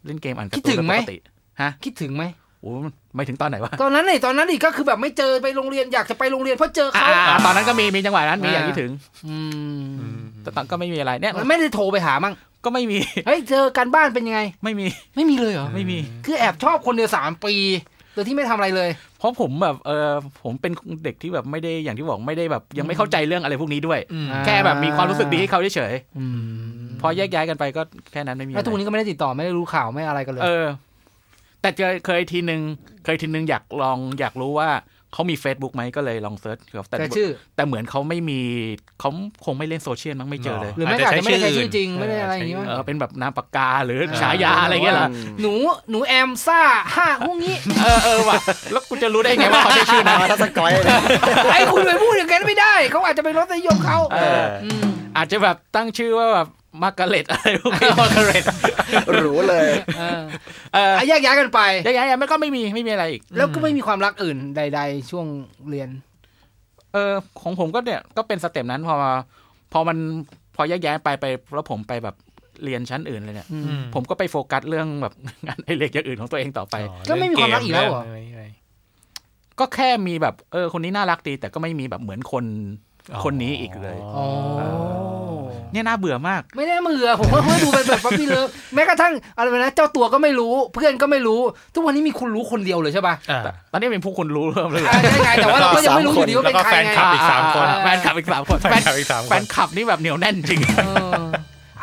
เล่นเกมอ่านการ์ตูน คิดถึงไหม ปกติฮะ คิดถึงไหม โอ้ไม่ถึงตอนไหนวะ ตอนนั้นนี่ตอนนั้นนี่ก็คือแบบไม่เจอไปโรงเรียนอยากจะไปโรงเรียนเพราะเจอ อ่า เขา อ่าตอนนั้นก็มีมีจังหวะนั้นมีอย่างที่ถึง อืม แต่ตอนก็ไม่มีอะไรเนี่ย ไม่ได้โทรไปหา มั้ง ก็ไม่มี เฮ้ยเจอการบ้านเป็นยังไง ไม่มี ไม่มีเลยเหรอ ไม่มี คือแอบชอบคนเดียวสามปีโดยที่ไม่ทำอะไรเลย เพราะผมแบบเออผมเป็นเด็กที่แบบไม่ได้อย่างที่บอกไม่ได้แบบ ยังไม่เข้าใจเรื่องอะไรพวกนี้ด้วย อืม แค่แบบมีความรู้สึกดีให้เขาเฉย อืม ๆพอแยกย้ายกันไปก็แค่นั้นไม่มีอะ แล้ ไร วทุกวันนี้ก็ไม่ได้ติดต่อไม่ได้รู้ข่าวไม่อะไรกันเลย เออ แต่เจอเคยทีหนึ่งเคยทีหนึ่งอยากลองอยากรู้ว่า เขามี Facebook ไหมก็เลยลองเซิร์ชครับแต่ แต่ชื่อ แต่เหมือนเขาไม่มีเขาคงไม่เล่นโซเชียลมั้งไม่เจอเลย หรือไม่ก็อาจจะไม่ได้ใช้ชื่อจริง เ ไม่ได้อะไรอย่างงี้มั้ย เออเป็นแบบนามปากกาหรือฉายาอะไรเงี้ยเหรอ หนูหนูแอมซ่าห้าพวก นี้ เออเออว่ะแล้วกูจะรู้ได้ไงว่าเขาได้ชื่อนะ มาทัศกอยเลย ไอ้คุณไปพูดอย่างนั้นไม่ได้ เขาอาจจะเป็นรสนิยมเขา เออ อืม อาจจะแบบตั้งชื่อว่าแบบมาร์กาเร็ตอะไรพวกนี้มาร์กาเร็ต หรูเลย เออ เออ อ่ะแยกย้ายกันไป ยังไงมันก็ไม่มีไม่มีอะไรอีก แล้วก็ไม่มีความรักอื่นใด ๆ ช่วงเรียน เออของผมก็เนี่ยก็เป็นสเต็ปนั้นพอพอมันพอแยกย้ายไปไปแล้วผมไปแบบเรียนชั้นอื่นเลยเนี่ย อืม อื ผมก็ไปโฟกัสเรื่องแบบ งานไอเล็กอย่างอื่นของตัวเองต่อไป อ๋อ ก็ไม่มีความรักอีกแล้วเหรอ งะไะไร ก็แค่มีแบบเออคนนี้น่ารักดี แต่ก็ไม่มีแบบเหมือนคนคนนี้อีกเลย อ๋อ เนี่ยน่าเบื่อมาก ไม่ได้มือผมว่าไม่ดูเป็นแบบปั๊บปี้เลิฟแม้กระทั่งอะไรนะเจ้าตัวก็ไม่รู้ เพื่อนก็ไม่รู้ ทุกวันนี้มีคุณรู้คนเดียวเลยใช่ปะ อ่า ตอนนี้เป็นผู้คนรู้เริ่มเลย อ่ะใช่ไงแต่ว่าเราก็ยังไม่รู้อยู่ดีว่าเป็นใคร แล้วก็แฟน ไง คลับ อีกสามคน อ่แฟนคลับอีกสามคน แฟนคลับอีกสามค แฟ น นคลับนี่แบบเหนียวแน่นจริง เออ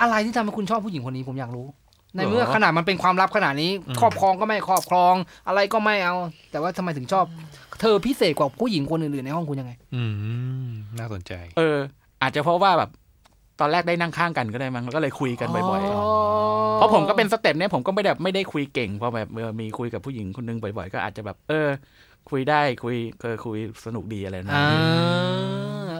อะไรที่ทำให้คุณชอบผู้หญิงคนนี้ผมอยากรู้ ในเมื่อขนาดมันเป็นความลับขนาดนี้ ครอบครองก็ไม่ครอบครอง อะไรก็ไม่เอา แต่ว่าทำไมถึงชอบ เธอพิเศษกว่าผู้หญิงคนอื่นๆในห้องคุณยังไง อืมน่าสนใจ เออ อาจจะเพราะว่าแบบตอนแรกได้นั่งข้างกันก็ได้มั้งก็เลยคุยกันบ่อยๆ เพราะผมก็เป็นสเต็ปเนี่ยผมก็ไม่ได้ไม่ได้คุยเก่งพอแบบเออมีคุยกับผู้หญิงคนนึงบ่อยๆ ก็อาจจะแบบ เออ คุยได้คุยเออคุยสนุกดีอะไรนะ อ่า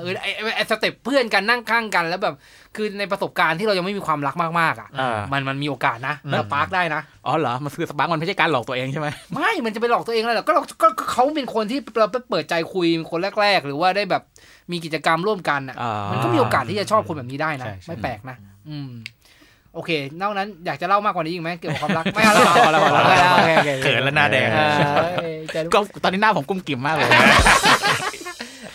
เออไอไอ้ไอสเต็ปเพื่อนกันนั่งข้างกันแล้วแบบ คือในประสบการณ์ที่เรายังไม่มีความรักมากๆอ่ะ เออ มันมันมีโอกาสนะแล้วปาร์กได้นะ อ๋อเหรอ มันคือสปาร์กมันไม่ใช่การหลอกตัวเองใช่ไหม ไม่ มันจะไปหลอกตัวเองอะไรหรอกก็เราก็ก็เขาเป็นคนที่เราเปิดใจคุยเป็นคนแรก ๆ หรือว่าได้แบบมีกิจกรรมร่วมกันอ่ะ อ่า มันก็มีโอกาสที่จะชอบคนแบบนี้ได้นะ ใช่ใช่ ไม่แปลกนะ อืม โอเคนอกนั้นอยากจะเล่ามากกว่านี้อีกไหมเกี่ยวกับความรัก ไม่เอาแล้วเหรอ พอแล้วพอแล้วพอแล้ว โอเคโอเคโอเค เขินแล้วหน้าแดง เอ้ยจัน ก็ตอนนี้หน้าผมกุ้มกิ่มมากเลย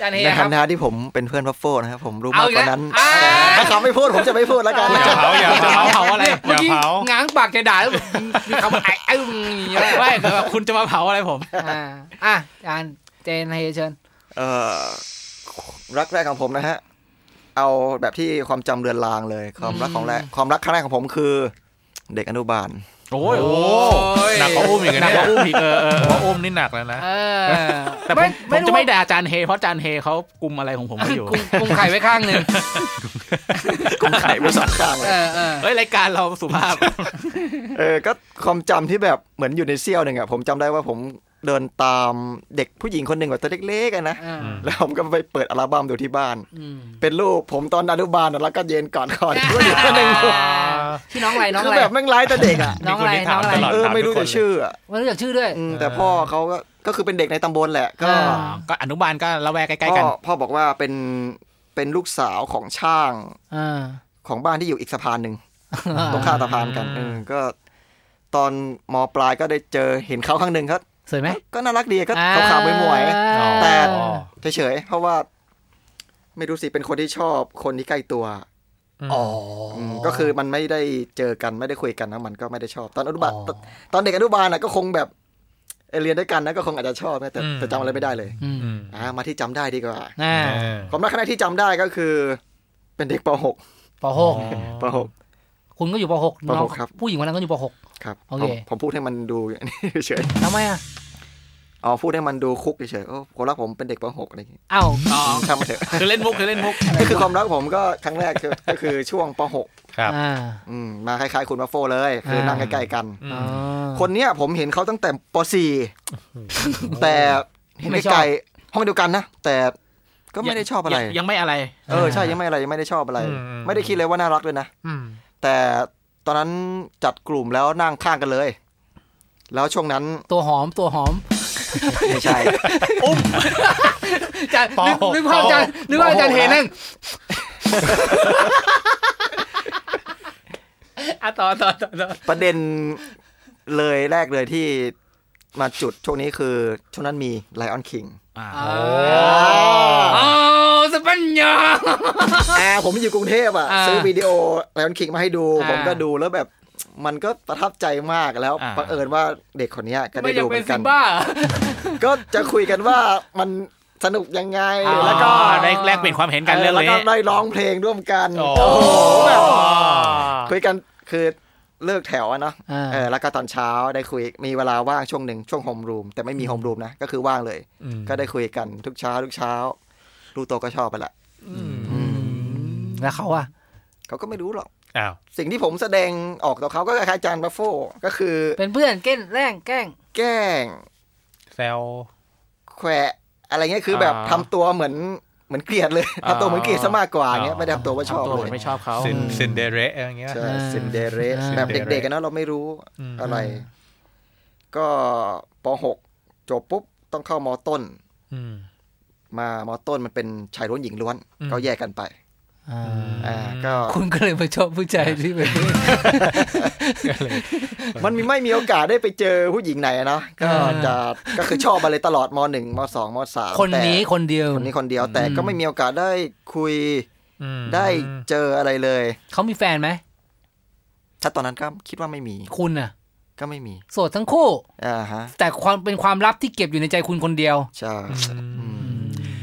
จันเฮี ใน ยค ฐา รับ นะที่ผมเป็นเพื่อนพัฟโฟนะครับ ผมรู้ เอา มาก อีก กว่า แล้ว นั้น อ่า ถ้าเขาไม่พูดผมจะไม่พูดแล้วกัน อย่าเผาอย่าเผา เผาอะไร อย่าเผา มื่อกี้ง้างปากจะด่าแล้วแบบมีคำว่าไอ้ไอ้มึงอย่างเงี้ ย ไม่แต่แบบคุณจะมาเผาอะไรผม อ่าอ่ะอาจารย์เจนเฮียเชิญ เอ่อรักแรกของผมนะฮะ เอาแบบที่ความจำเรือนรางเลย ความรักของแรกความรักครั้งแรกของผมคือ เด็กอนุบาล โอ้ย โอ้ยหนักกว่าอุ้มอีกนะ หนักกว่าอุ้มอีกเออเออ ผมเออ ว่าอุ้มนี่หนักแล้วนะ เออ แต่ผมผมจะไม่ด่าอาจานเฮเพราะอาจานเฮเขากุมอะไรของผมไม่อยู่ กุมกุมไข่ไว้ข้างหนึ่ง กุ้งไข่ไม่สองข้างเลย เออเออ เฮ้ยรายการเราสุภาพ เออก็ความจำที่แบบเหมือนอยู่ในเซี่ยวหนึ่งอะผมจำได้ว่าผมเดินตามเด็กผู้หญิงคนหนึ่งแบบตัวเล็กๆอะนะ เออ แล้วผมก็ไปเปิดอัลบั้มดูที่บ้าน อืม เป็นรูปผมตอนอนุบาลน่ะแล้วก็เย็นก่อนก่อนผู้หญิงคนหนึ่ง พี่น้องอะไรน้อง คือ อะไร แบบแม่งร้ายแต่เด็กอะ น้องอะไรน้องอะไร ตลด เออไม่รู้จะชื่ออะ ไม่รู้จักชื่อด้วย อืมแต่พ่อเขาก็ก็คือเป็นเด็กในตำบลแหละก็ อ่า อ่าก็อนุบาลก็ละแวกใกล้ๆกัน พ่อพ่อบอกว่าเป็นเป็นลูกสาวของช่าง อ่า ของบ้านที่อยู่อีกสะพานหนึ่งตรงข้ามสะพานกันเออก็ ตอนมปลายก็ได้เจอเห็นเขาครั้งหนึ่งก็ สวยไหม ก็น่ารักดีก็ขาวๆมวย อ่า แต่ ๆเฉยๆเพราะว่า ไม่รู้สิเป็นคนที่ชอบคนที่ใกล้ตัว อ๋อ มก็คือมันไม่ได้เจอกันไม่ได้คุยกันนะมันก็ไม่ได้ชอบ ตอนอนุบาลตอนตอนเด็กอนุบาลน่ะก็คงแบบเออเรียนด้วยกันนะก็คงอาจจะชอบนะแต่ อืม แต่จำอะไรไม่ได้เลย อืม อืม อ่ามาที่จำได้ดีกว่า อ่า อ่า ความรักครั้งแรกที่จำได้ก็คือ เป็นเด็กป .6 ปหก ปหก คุณก็อยู่ปหก ป น้อง หกครับ ผู้หญิงคนนั้นก็อยู่ปหก ครับ โอ ผ เค มผมพูดให้มันดู อย่างนี้เฉย ทำไมอ่ะ ๆอ๋อพูดให้มันดูคุกเฉยๆโอ้คนรักผมเป็นเด็กป .6 อะไรอย่างงี้ เอ้า อ๋อ ช่างมนเถอะ คือเล่นมุกคือเล่นมุก ก็คือความรักผมก็ครั้งแรกคือก็คือช่วงป .6 ครับ อ่า อืมมาคล้ายๆคุณมาโฟเลย คือนั่งใกล้ๆกัน อืม อ่า คนเนี้ยผมเห็นเขาตั้งแต่ป .4 แต่เห็นไกลๆห้องเดียวกันนะ แต่ก็ไม่ได้ชอบอะไร ยังยังไม่อะไร เออใช่ยังไม่อะไรยังไม่ได้ชอบอะไร อืมอืม ไม่ได้คิดเลยว่าน่ารักด้วยนะ อืม แต่ตอนนั้นจัดกลุ่มแล้วนั่งข้างกันเลย แล้วช่วงนั้น ตัวหอมตัวหอม ไม่ใช่ อาจารย์นึก ปหก นึกภาพอาจารย์นึกภาพอาจารย์เห็นนั่งอ่ะต่อต่อต่อต่อ ประเด็นเลยแรกเลยที่มาจุดช่วงนี้คือช่วงนั้นมี Lion King อ่า อ๋อสเปันยา อ่าผมอยู่กรุงเทพอ่ะ อ่า ซื้อวิดีโอ Lion King มาให้ดู อ่า ผมก็ดูแล้วแบบมันก็ประทับใจมากแล้วบังเอิญว่าเด็กคนเนี้ยก็ ไม่อได้ยา ดู ก เห เป็ มื น อน ซิ กัน มบ้า ก็จะคุยกันว่ามันสนุกยังไงแล้วก็ ได้แลกเปลี่ยนความเห็นกันเรื่อง แล้ว นี้ ก็ได้ร้องเพลงร่วมกัน โอ้ โอ้โหแบบคุยกันคือ เลิกแถวอะเนาะ อ่า เออแล้วก็ตอนเช้าได้คุยมีเวลาว่างช่วงหนึ่งช่วงโฮมรูมแต่ไม่มีโฮมรูมนะ ก็คือว่างเลย อืม ก็ได้คุยกันทุกเช้าทุกเช้าลูกโตก็ชอบไปละ แล้วเขาอะ เขาก็ไม่รู้หรอก อ้าว สิ่งที่ผมแสดงออกต่อเขาก็คล้ายๆจานบัฟโฟก็คือ เป็นเพื่อนเก้นแร่งแกล้ง แกล้ง แซว แขวะอะไรเงี้ยคือแบบ อ่า ทำตัวเหมือนเหมือนเกลียดเลย อ่า ทำตัวเหมือนเกลียดซะมากกว่าเงี้ยไม่ได้ทำตัวว่าชอบ ทำตัว เล เหมื ย อนไม่ชอบเขา ซินซินเดเรอะไรอย่างเงี้ย ใช่ อ่า ซินเดเรส อ่า แบบเด็กๆกันเนอะเราไม่รู้ อืม อะไร ก็ป .6 จบปุ๊บต้องเข้ามอต้น อืม มามอต้นมันเป็นชายล้วนหญิงล้วน อืม ก็แยกกันไปอ่าก็ คุณก็เลยมาชอบผู้ชายที่เป็น มันมีไม่มีโอกาสได้ไปเจอผู้หญิงไหนอะเนาะก็ อ่า จะก็คือชอบมาเลยตลอดมหนึ่งมสองมสาม คนนี้ แต่ คนเดียว คนนี้คนเดียวแต่ อืม ก็ไม่มีโอกาสได้คุย อืม ได้เจออะไรเลย เขามีแฟนไหม ถ้าตอนนั้นก็คิดว่าไม่มี คุณอะ ก็ไม่มี โสดทั้งคู่ อ่าฮะ แต่ความเป็นความลับที่เก็บอยู่ในใจคุณคนเดียว ใช่ อืม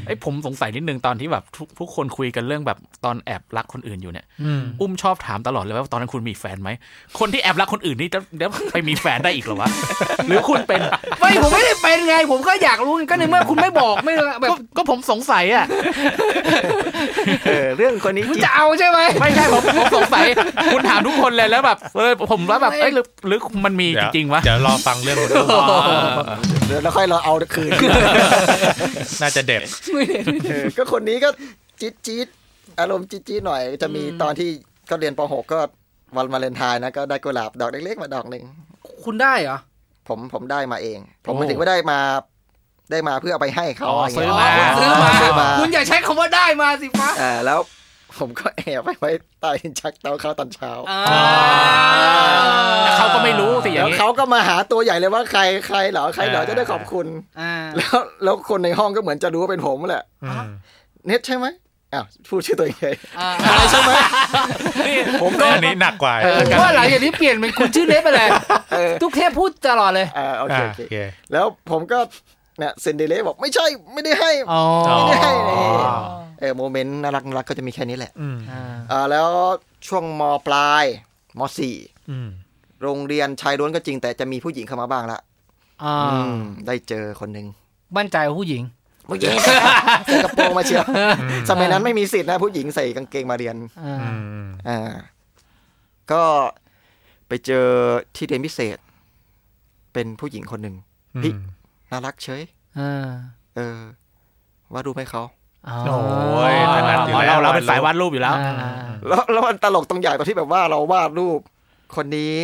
ไอ้ยผมสงสัยนิดนึงตอนที่แบบทุกทุกคนคุยกันเรื่องแบบตอนแอบรักคนอื่นอยู่เนี่ย อืม อุ้มชอบถามตลอดเลยว่าตอนนั้นคุณมีแฟนไหม คนที่แอบรักคนอื่นนี่จะเดี๋ยวไปมีแฟนได้อีกเหรอวะ หรือคุณเป็น ไม่ผมไม่ได้เป็นไง ผมก็อยากรู้ไงก็ในเมื่อคุณไม่บอกไม่แบ ก็ บ ก็ผมสงสัยอ่ะ เออเรื่องคนนี้ คุณจะเอาใช่ไหม ไม่ใช่ผมผมสงสัย คุณถามทุกคนเลยแล้วแบบเออผมว่าแบบเอ้ยหรือหรือมันมี เดี๋ จ ยว ริงๆวะ เดี๋ยวรอฟังเรื่องของลูก เดี๋ยวแล้วค่อยเราเอาคืน น่าจะเด็ด เออก็คนนี้ก็จี๊ดจี๊ดอารมณ์จี๊ดจี๊ดหน่อย จะมีตอนที่ก็เรียนป .6 ก็วันวาเลนไทน์นะก็ได้กุหลาบดอกเล็กๆมาดอกหนึ่ง คุณได้เหรอ ผมผมได้มาเอง ผมไม่ถึงว่าได้มาได้มาเพื่อเอาไปให้เขา อ๋อ อะไร ซื้อ เงี้ย มา คุณซื้อมา ซื้อมา คุณอย่าใช้คำว่าได้มาสิฟ้า อ่าแล้ว ผมก็แอบไปไว้ใต้ชักเตาเขาตอนเช้า แต่เขาก็ไม่รู้สิอ แล้ ย่าง ว นี้ เขาก็มาหาตัวใหญ่เลยว่าใครใครเหรอใครเหรอจะได้ขอบคุณ อ่า แล้วแล้วคนในห้องก็เหมือนจะรู้ว่าเป็นผมแหละ อืม เน็ตใช่ไหมอ้าวพูดชื่อตัวเอง เลย อ่า อะไรใช่ไหมผมก็ อันนี้หนักกว่า เออ ผมว่าหลังจากนี้เปลี่ยนเป็นคุณชื่อเนทไปเลย เออ ทุกเทปพูดตลอดเลย อ่าโอเค อ่า โอ โอ เค เค แล้วผมก็เนี่ยเซนเดเลบอกไม่ใช่ไม่ได้ให้ อ๋อ ไม่ได้เลย อ๋อ เออโมเมนต์น่ารักน่ารักก็จะมีแค่นี้แหละ อืม อ่า อ่าแล้วช่วงมปลายมสี่ อืม โรงเรียนชายล้วนก็จริง แต่จะมีผู้หญิงเข้ามาบ้างละ อ่า อืมได้เจอคนหนึ่ง มั่นใจว่าผู้หญิง ผู้หญิง ใส่กระโปรงมาเชียวสมัยนั้นไม่มีสิทธินะ ผู้หญิงใส่กางเกงมาเรียน อ่า อืม อ่า ก็ไปเจอที่เรียนพิเศษ เป็นผู้หญิงคนหนึ่ง พี่ อืม น่ารักเฉย อ่า เออว่ารู้ไหมเขา อ๋อ โอ้ย อ๋ ถนัดอยู่ อ แล้ว เราเราเป็นสายวาดรูปอยู่แล้ว อ่า แล้วแล้วมันตลกตรงใหญ่ตรงที่แบบว่าเราวาดรูป คนนี้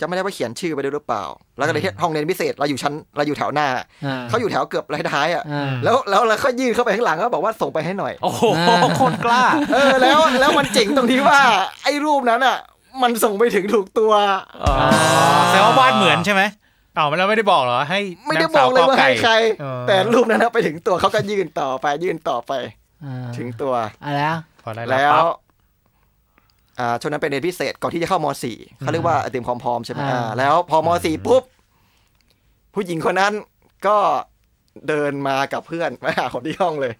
จะไม่ได้ว่าเขียนชื่อไปด้วยหรือเปล่า แล้วก็เลยที่ห้องเรียนพิเศษเราอยู่ชั้นเราอยู่แถวหน้า อ่า เขาอยู่แถวเกือบท้ายๆอ่ะ อ่า แล้วแล้วแล้วก็ยื่นเข้าไปข้างหลังก็บอกว่าส่งไปให้หน่อย โอ้โห อ่า โคนกล้า เออแล้วแล้วมันเจ๋งตรงที่ว่า ไอ้รูปนั้นอ่ะ มันส่งไปถึงถูกตัว แต่ว่าวาดเหมือนใช่ไหม เอ้ามันเราไม่ได้บอกเหรอให้ ไม่ได้ นาง บ สา อ ว กเลยว่าให้ ไก่ ใคร เออ แต่รูปนั้นนะไปถึงตัวเขาก็ยื่นต่อไปยื่นต่อไป อ่า ถึงตัว เอะไรแล้ว พอได้ แล้ แล้ว ว ปั๊บ อ่าช่วงนั้นเป็นเรียนพิเศษก่อนที่จะเข้าม .4 เขาเรียกว่าไอติมพร้อมๆใช่ไหม อ่า อ่าแล้วพอม .4 ปุ๊บ ผู้หญิงคนนั้นก็เดินมากับเพื่อนมาหาคนที่ห้องเลย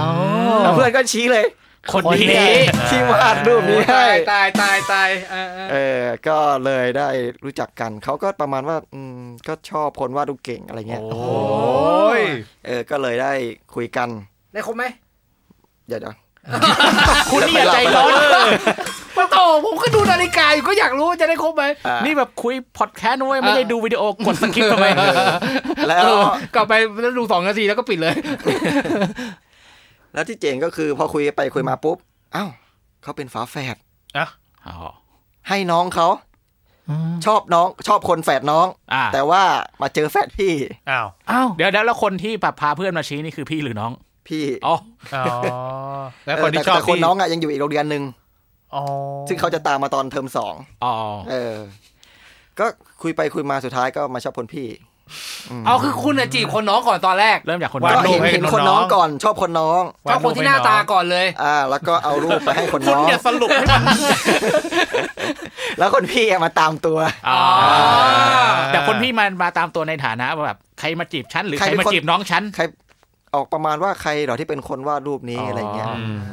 อ๋อ แล้วเพื่อนก็ชี้เลย คน คน นี้ นี้ที่วาดรูปนี้ให้ ตายตายตายตายอ่าอ่า เออ ก็เลยได้รู้จักกัน เขาก็ประมาณว่า อืม ก็ชอบคนวาดรูปเก่งอะไรเงี้ย โอ้โโหอ้ย เออ ก็เลยได้คุยกัน ได้ครบไหม เดี๋ยวเดี๋ยว คุณนี่อย่าใจร้อน ปะโตผมก็ดูนาฬิกาอยู่ก็อยากรู้ว่าจะได้ครบไหม อ่ะ นี่แบบคุยพอดแคสต์นะเว้ยไม่ได้ดูวิดีโอกดสคริปต์ทำไม แล้ว เออกลับไปแล้วดูสองนาทีแล้วก็ปิดเลย แล้วที่เจ๋งก็คือพอคุยไปคุยมาปุ๊บ เอ้า เขาเป็นฝาแฝด อ่ะ อ๋อ ให้น้องเขา ชอบน้อง ชอบคนแฝดน้อง อ่ะ แต่ว่ามาเจอแฝดพี่ อ้าว อ้าว เดี๋ยวเดี๋ยวแล้วคนที่แบบพาเพื่อนมาชี้นี่คือพี่หรือน้อง พี่ อ๋อ อ๋อแล้วคนที่ชอบ แต่คน พี่ น้องอ่ะยังอยู่อีกโรงเรียนหนึ่ง อ๋อ ซึ่งเขาจะตามมาตอนเทอมสอง อ๋อ เออ ก็คุยไปคุยมาสุดท้ายก็มาชอบคนพี่ เอาคือคุณน่ะจีบคนน้องก่อนตอนแรก เริ่มจากคน ก็ วาดรู เห็ ป นเห็นคนน้องก่อน ชอบคนน้อง ชอบคนที่หน้าตาก่อนเลย อ่า แล้วก็เอารูปไปให้คน คุณ น้อง อย่าสรุปให้มัน แล้วคนพี่อะมาตามตัว อ๋อ อ่า แต่คนพี่มันมาตามตัวในฐานะว่าแบบใครมาจีบฉันหรือใครมาจีบน้องฉัน ใครออกประมาณว่าใครเหรอที่เป็นคนวาดรูปนี้อะไรเงี้ย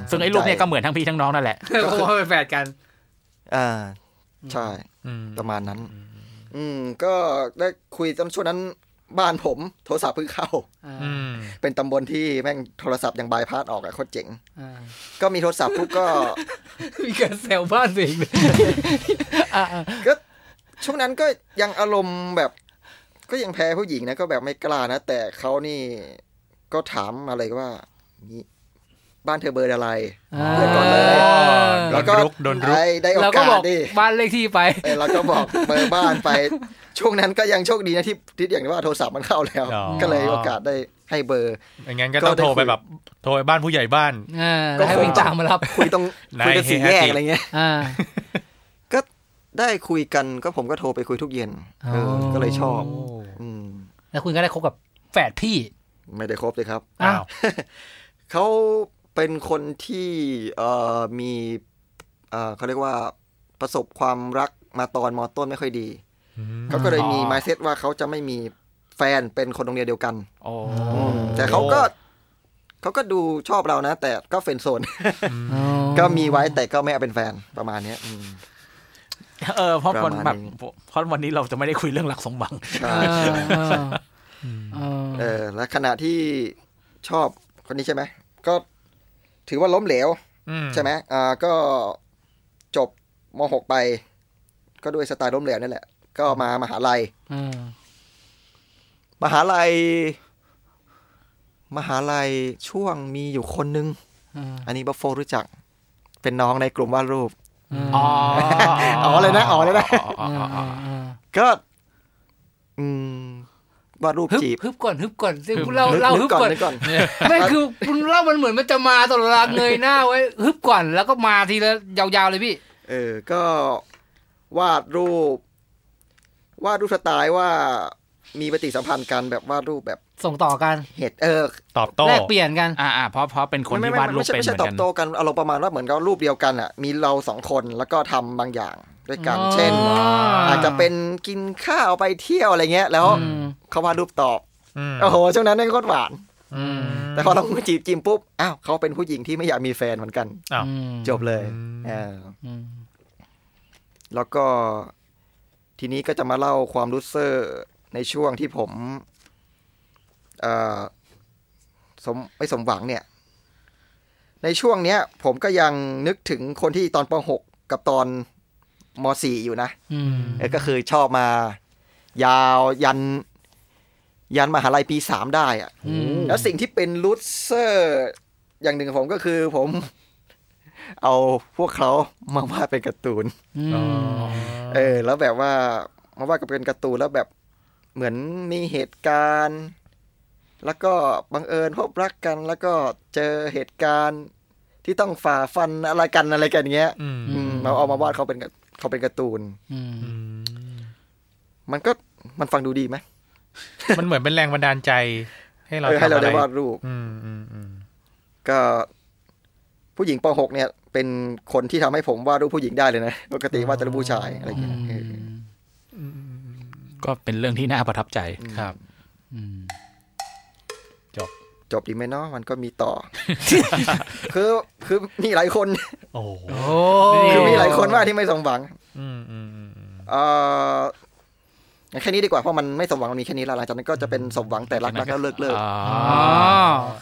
ซึ่งไอ้รูปเนี่ยก็เหมือนทั้งพี่ทั้งน้องนั่นแหละ ก็คงเป็นแฟนกัน อ่า ใช่ อืม ประมาณนั้น อืม ก็ได้คุยตอนช่วงนั้นบ้านผมโทรศัพท์เพิ่งเข้า อ่า อืม เป็นตำบลที่แม่งโทรศัพท์ยังบายพาสออกอะโคตรเจ๋ง อ่า ก็มีโทรศัพท์ปุ๊บก็ มีการแซวบ้านตัวเองเลยอ่าอ่า ก็ช่วงนั้นก็ยังอารมณ์แบบ ก็ยังแพ้ผู้หญิงนะก็แบบไม่กล้านะ แต่เขานี่ก็ถามอะไรว่างี้บ้านเธอเบอร์อะไร เพื่อนก่อนเลย โดนรุกโดนรุก ไอ้ได้โอ เราก็ กา บอ ส ก ดิ บ้านเลขที่ไป เออเราก็บอกเบอร์บ้านไป ช่วงนั้นก็ยังโชคดีนะที่ที่อย่างที่ว่าโทรศัพท์มันเข้าแล้ว อ๋อ ก็เลยโอกาสได้ให้เบอร์ อย่างงั้นก็ต้องโทรไปแบบ โทรไปบ้านผู้ใหญ่บ้าน อ่าแล้ก็วให้ คง วิ่งตามมารับ คุยตรง นาย คุยกันสี่แยเฮฮากจิ อะไรเงี้ย อ่า ได้คุยกันก็ผมก็โทรไปคุยทุกเย็นเออ อ ก็เลยชอบ อืม แล้วคุณก็ได้คบกับแฝดพี่ ไม่ได้ครบเลยครับ อ้าว เขาเป็นคนที่เอ่อมีเอ่อเขาเรียกว่าประสบความรักมาตอนมอต้นไม่ค่อยดี อืม เขาก็เลยมีมายเซตว่าเขาจะไม่มีแฟนเป็นคนโรงเรียนเดียวกัน โอ้ แต่เขาก็เขาก็ดูชอบเรานะ แต่ก็เฟรนด์โซน ก็มีไว้แต่ก็ไม่เอาเป็นแฟนประมาณเนี้ยอืม เออเพราะ ประ วัน มาณ แบบ นี้ เพราะวันนี้เราจะไม่ได้คุยเรื่องหลักสมบัง ใช่เออและขณะที่ชอบคนนี้ใช่ไหมก็ถือว่าล้มเหลว อื ใช่ไหมอ่า ก็จบม .6 ไป ก็ด้วยสไตล์ล้มเหลวนั่นแหละ ก็มามหาลัย มหาลัย มหาลัยช่วงมีอยู่คนนึง อันนี้บัฟโฟรู้จัก เป็นน้องในกลุ่มวาดรูป อ๋อ อ๋อเลยนะอ๋อเลยนะ ก็ อืมวาดรูป ฮึบ จีบ ฮึบก่อนฮึบก่อนสิเราเรา นึ ฮึบก่อน นึก่อน ไม่คือคุณเล่ามันเหมือนมันจะมาตลอดเวลาเงยหน้าไว้ฮึบก่อนแล้วก็มาทีละยาวๆเลยพี่ เออ ก็วาดรูป วาดรูปสไตล์ว่า มีปฏิสัมพันธ์กันแบบวาดรูปแบบ ส่งต่อกัน เหตุเออ ตอบโต้ แลกเปลี่ยนกัน อ่าอ่าเพราะเพราะเป็นคนที่ ไม่ไม่ วาดรูป ไม่ใช่ เป็น ไม่ เหใช่ตมืออน กับ น โต้กันอารมณ์ประมาณว่าเหมือนกับรูปเดียวกันอ่ะ มีเราสองคนแล้วก็ทำบางอย่างด้วยกัน เช่น อาจจะเป็นกินข้าวไปเที่ยวอะไรเงี้ย แล้ว อืม เขาวาดรูปตอบ อืม โอ้โหช่วงนั้นแม่งโคตรหวาน อืม แต่พอเราจีบจิมปุ๊บอ้าวเขาเป็นผู้หญิงที่ไม่อยากมีแฟนเหมือนกัน อ้าว อืม จบเลย อืม เออ อืม แล้วก็ทีนี้ก็จะมาเล่าความรู้เซอร์ในช่วงที่ผมเออสมไม่สมหวังเนี่ย ในช่วงเนี้ย ผมก็ยังนึกถึงคนที่ตอนป .6 กับตอนม .4 อยู่นะ อืม เออก็คือชอบมา ยาวยัน ยันมหาลัยปีสามได้อะแล้วสิ่งที่เป็นรูทเซอร์ อย่างหนึ่งของผมก็คือผม เอาพวกเขามาวาดเป็นการ์ตูน อืม อ๋อ เออ แล้วแบบว่ามาวาดกับเป็นการ์ตูนแล้วแบบเหมือนมีเหตุการณ์ แล้วก็บังเอิญพบรักกัน แล้วก็เจอเหตุการณ์ที่ต้องฝ่าฟันอะไรกันอะไรกันเงี้ย อืม อืมเราเอามาวาดเขาเป็นการ์เขาเป็นการ์ตูน อืม อืม มันก็มันฟังดูดีไหม มันเหมือนเป็นแรงบันดาลใจ ให้เรา เออให้เรา ทำอะ ได้ ไร วาดรูป อืมอืมอืม ก็ผู้หญิงป .6 เนี่ย เป็นคนที่ทำให้ผมวาดรูปผู้หญิงได้เลยนะ ปกติวาดแต่รูปผู้ชายอะไรอย่างเงี้ยเออ ก็เป็นเรื่องที่น่าประทับใจ ครับ จบดีไหมเนาะมันก็มีต่อ คือคือมีหลายคน โอ้โห โอ้ คือมีหลายคนมากที่ไม่สมหวัง อืมอืมอืมอืม เอองั้นแค่นี้ดีกว่าเพราะมันไม่สมหวังมันมีแค่นี้แล้วหลังจากนั้นก็จะเป็นสมหวังแต่รักรักแล้วเลิกเลิก อ๋อ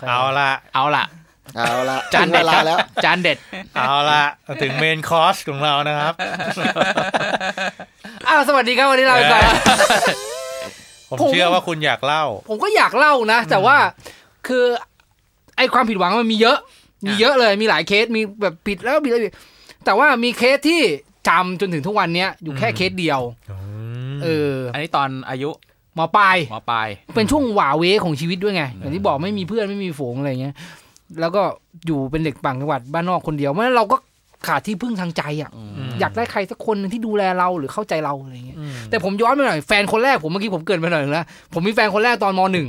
อ๋อ เอาละ เอาล่ะ เอาละ จาน ถึง เด็ เว ด ลา ครับ แล้ว จานเด็ด เอาละถึงเมนคอร์สของเรานะครับ อ้าวสวัสดีครับวันนี้เราไปก่อน ผม ผม เชื่อว่าคุณอยากเล่า ผมก็อยากเล่านะ แต่ว่าคือ ไอความผิดหวังมันมีเยอะ มีเยอะเลยมีหลายเคสมีแบบผิดแล้วผิดแล้วผิดแต่ว่ามีเคสที่จำจนถึงทุกวันเนี้ยอยู่แค่เคสเดียว เออ อันนี้ตอนอายุ หมอปลาย มปลาย เป็นช่วงหวาเวของชีวิตด้วยไงอย่างที่บอกไม่มีเพื่อนไม่มีฝูงอะไรเงี้ย แล้วก็อยู่เป็นเด็กต่างจังหวัดบ้านนอกคนเดียวเพราะฉะนั้นเราก็ขาดที่พึ่งทางใจอ่ะ ม อยากได้ใครสักคนหนึ่งที่ดูแลเราหรือเข้าใจเราอะไรเงี้ย อืม แต่ผมย้อนไปหน่อยแฟนคนแรกผมเมื่อกี้ผมเกรินไปหน่อยนึงแล้วผมมีแฟนคนแรกตอนมหนึ่ง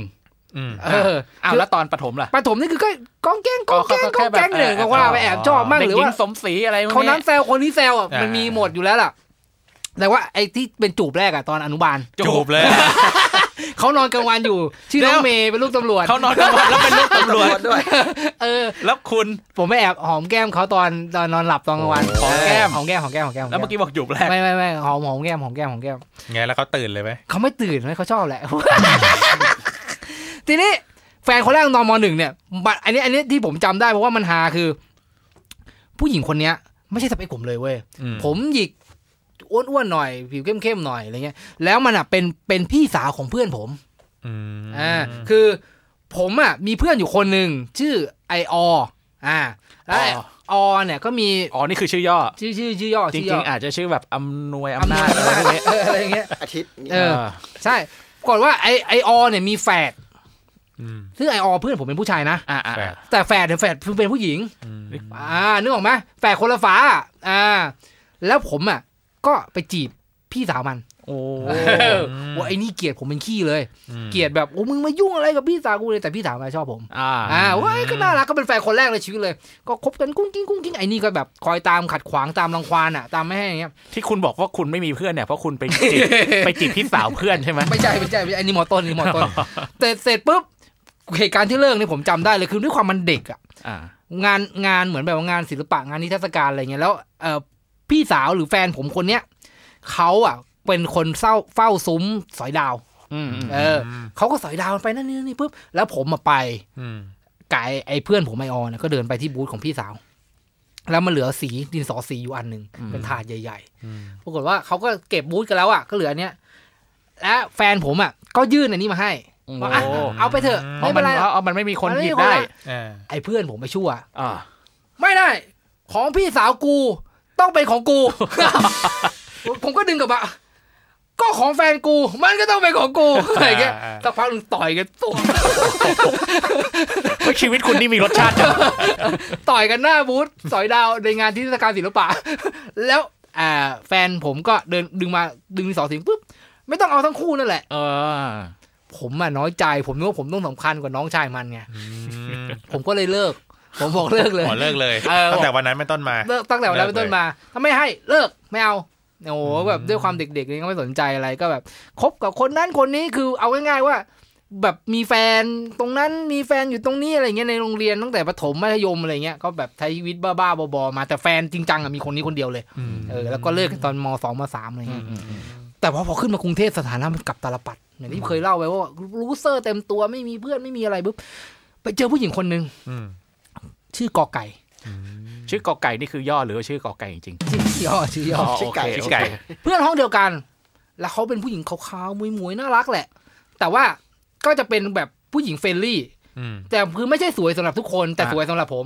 อืม เออ อ้าว คือ แล้วตอนปฐมล่ะ ปฐมนี่คือก็กองแกล้งกองแกล้งกองแกล้งเลยก็ว่าไปแอบชอบมั่งหรือ เด็กญิ ว่า สมศรีอะไรพวก คนนั้นแซวคนนี้แซวอ่ะมันมีหมดอยู่แล้วล่ะ แต่ว่าไอ้ที่เป็นจูบแรกอ่ะตอนอนุบาล จูบเลย เขานอนกลางวันอยู่ ชื่อน้อง เดี๋ยว เมย์เป็นลูกตำรวจ เขานอนกลางวันแล้วเป็นลูกตำรวจ ด้วย เออ แล้วคุณ ผมไปแอบหอมแก้มเขาตอนตอนนอนหลับตอนกลางวัน หอมแก้ม หอมแก้มหอมแก้มหอมแก้ม แล้วเมื่อกี้บอกจูบแรก ไม่ไม่ไม่หอมหอมแก้มหอมแก้มหอมแก้ม ไงแล้วเขาตื่นเลยไหม เขาไม่ตื่นไม่เขาชอบแหละ ทีนี้แฟนคนแรกตอนมหนึ่งเนี่ยบัดอันนี้อันนี้ที่ผมจำได้เพราะว่ามันหาคือ ผู้หญิงคนเนี้ย ไม่ใช่สเปคผมเลยเว้ย อืม ผมหยิกอ้วนๆหน่อย ผิวเข้มๆหน่อยอะไรเงี้ย แล้วมันอ่ะเป็นเป็นพี่สาวของเพื่อนผม อืม อ่าคือผมอ่ะมีเพื่อนอยู่คนหนึ่งชื่อไอออ่าแล้วไอ้ออเนี่ยก็มี อ๋อนี่คือชื่อย่อ ชื่อชื่อชื่อย่อ จ ชื่ ริง ย่ ๆ อาจจะชื่อแบบอำนวย อำ อำ นา นา จ จอะไรพวกนี้ อะไรเงี้ย อาทิตย์นี้ เออ ใช่ปรากฏว่าไอไออเนี่ยมีแฝด อืม ซึ่งไอออเพื่อนผมเป็นผู้ชายนะ อ่าอ่า แปลก แต่แฝดเนี่ยแฝดเป็นผู้หญิง อืม อ่านึกออกไหมแฝดคนละฝาอ่า แล้วผมอ่ะก็ไปจีบพี่สาวมัน โอ้ ว่าไอ้นี่เกลียดผมเป็นขี้เลย อืม เกลียดแบบโอ้มึงมายุ่งอะไรกับพี่สาวกูเลยแต่พี่สาวมาชอบผม อ่า อ่าว้ายก็น่ารักก็เป็นแฟนคนแรกในชีวิตเลย ก็คบกันกุ้งกิ้งกุ้งกิ้งไอ้นี่ก็แบบคอยตามขัดขวางตามรังควานอ่ะ ตามไม่ให้อย่างเงี้ย ที่คุณบอกว่าคุณไม่มีเพื่อนเนี่ยเพราะคุณไปจี บ ไปจีบพี่สาวเพื่อนใช่ไหม ไม่ใช่ไม่ใช่ไม่ใช่ไอ้นี่หมอต้นนี่หมอ ต้นแต่เสร็จปุ๊บเหตุการณ์ที่เลิกเนี่ยผมจำได้เลยคือด้วยความมันเด็กอ่ะ อ่าง านงานเหมือนแบบว่างานศิลปะงานนิทรรศการอะไรเงี้ยแล้วเออพี่สาวหรือแฟนผมคนเนี้ยเขาอ่ะเป็นคนเศร้าเฝ้าซุ้มสอยดาว อืมอืม เออเขาก็สอยดาวไปนั่นนี่นั่นนี่ปุ๊บแล้วผมมาไป อืม ไก่ไอ้เพื่อนผมไอออนยก็เดินไปที่บูธของพี่สาว แล้วมันเหลือสีดินสอสีอยู่อันหนึ่งเป็นถาดใหญ่ อืม ๆ ปรากฏว่าเขาก็เก็บบูธกันแล้วอ่ะก็เหลืออันเนี้ยและแฟนผมอ่ะก็ยื่นอันนี้มาให้ โอ้ ว่าอ่ะเอาไปเถอะ เพ ไม่ ราะ เป็นไรหมันรอก เอามันไม่มีคนหยิบได้ อ่า ไอ้เพื่อนผมไปชั่ว อ่า ไม่ได้ ของพี่สาวกูต้องเป็นของกู ผมก็ดึงกลับมาก็ของแฟนกู มันก็ต้องเป็นของกู อะไรเงี้ยสักพักหนึงต่อยกันตัว เฮ้ยชีวิตคุณนี่มีรสชาติจัง ต่อยกันหน้าบูธสอยดาวในงานที่เทศกาลศิลปะ แล้วอ่าแฟนผมก็เดินดึงมาดึงดินสอสิงปุ๊บไม่ต้องเอาทั้งคู่นั่นแหละ เออ ผมอะน้อยใจ ผมนึกว่าผมต้องสำคัญกว่าน้องชายมันไง อืม ผมก็เลยเลิก ผมบอกเลิกเลย ขอเลิกเลย เออ ตั้งแต่วันนั้นเป็นต้นมา เลิกตั้งแต่วันนั้นเป็นต้นมาถ้าไม่ให้เลิกไม่เอาโอ้โห อืม แบบด้วยความเด็กๆนี่ก็ไม่สนใจอะไรก็แบบคบกับคนนั้นคนนี้คือเอาง่ายๆว่า แบบมีแฟนตรงนั้นมีแฟนอยู่ตรงนี้อะไรเงี้ยในโรงเรียนตั้งแต่ประถมมัธยมอะไรเงี้ยก็แบบใช้ชีวิตบ้าๆบอๆมาแต่แฟนจริงจังอะมีคนนี้คนเดียวเลย ม เออแล้วก็เลิกกันตอนมสองมสามอะไรเงี้ย อืมอืม แต่พอพอขึ้นมากรุงเทพสถานะมันกลับตาลปัดอย่างที่เคยเล่าไว้ว่ารู้เซอร์เต็มตัวไม่มีเพื่อนไม่มีอะไรปุ๊บไปเจอผู้หญิงคนหนึ่ง อืม ชื่อกอไก่ ชื่อกอไก่นี่คือย่อหรือว่าชื่อกอไก่จริงๆ ชื่อย่อชื่อย่อ ชื่อไก่ โเค ชื่อไก่ โเค เพื่อนห้องเดียวกัน แล้วเขาเป็นผู้หญิงขาวๆมวยๆน่ารักแหละ แต่ว่าก็จะเป็นแบบผู้หญิงเฟรนลี่ อืม แต่คือไม่ใช่สวยสำหรับทุกคน แต่สวยสำหรับผม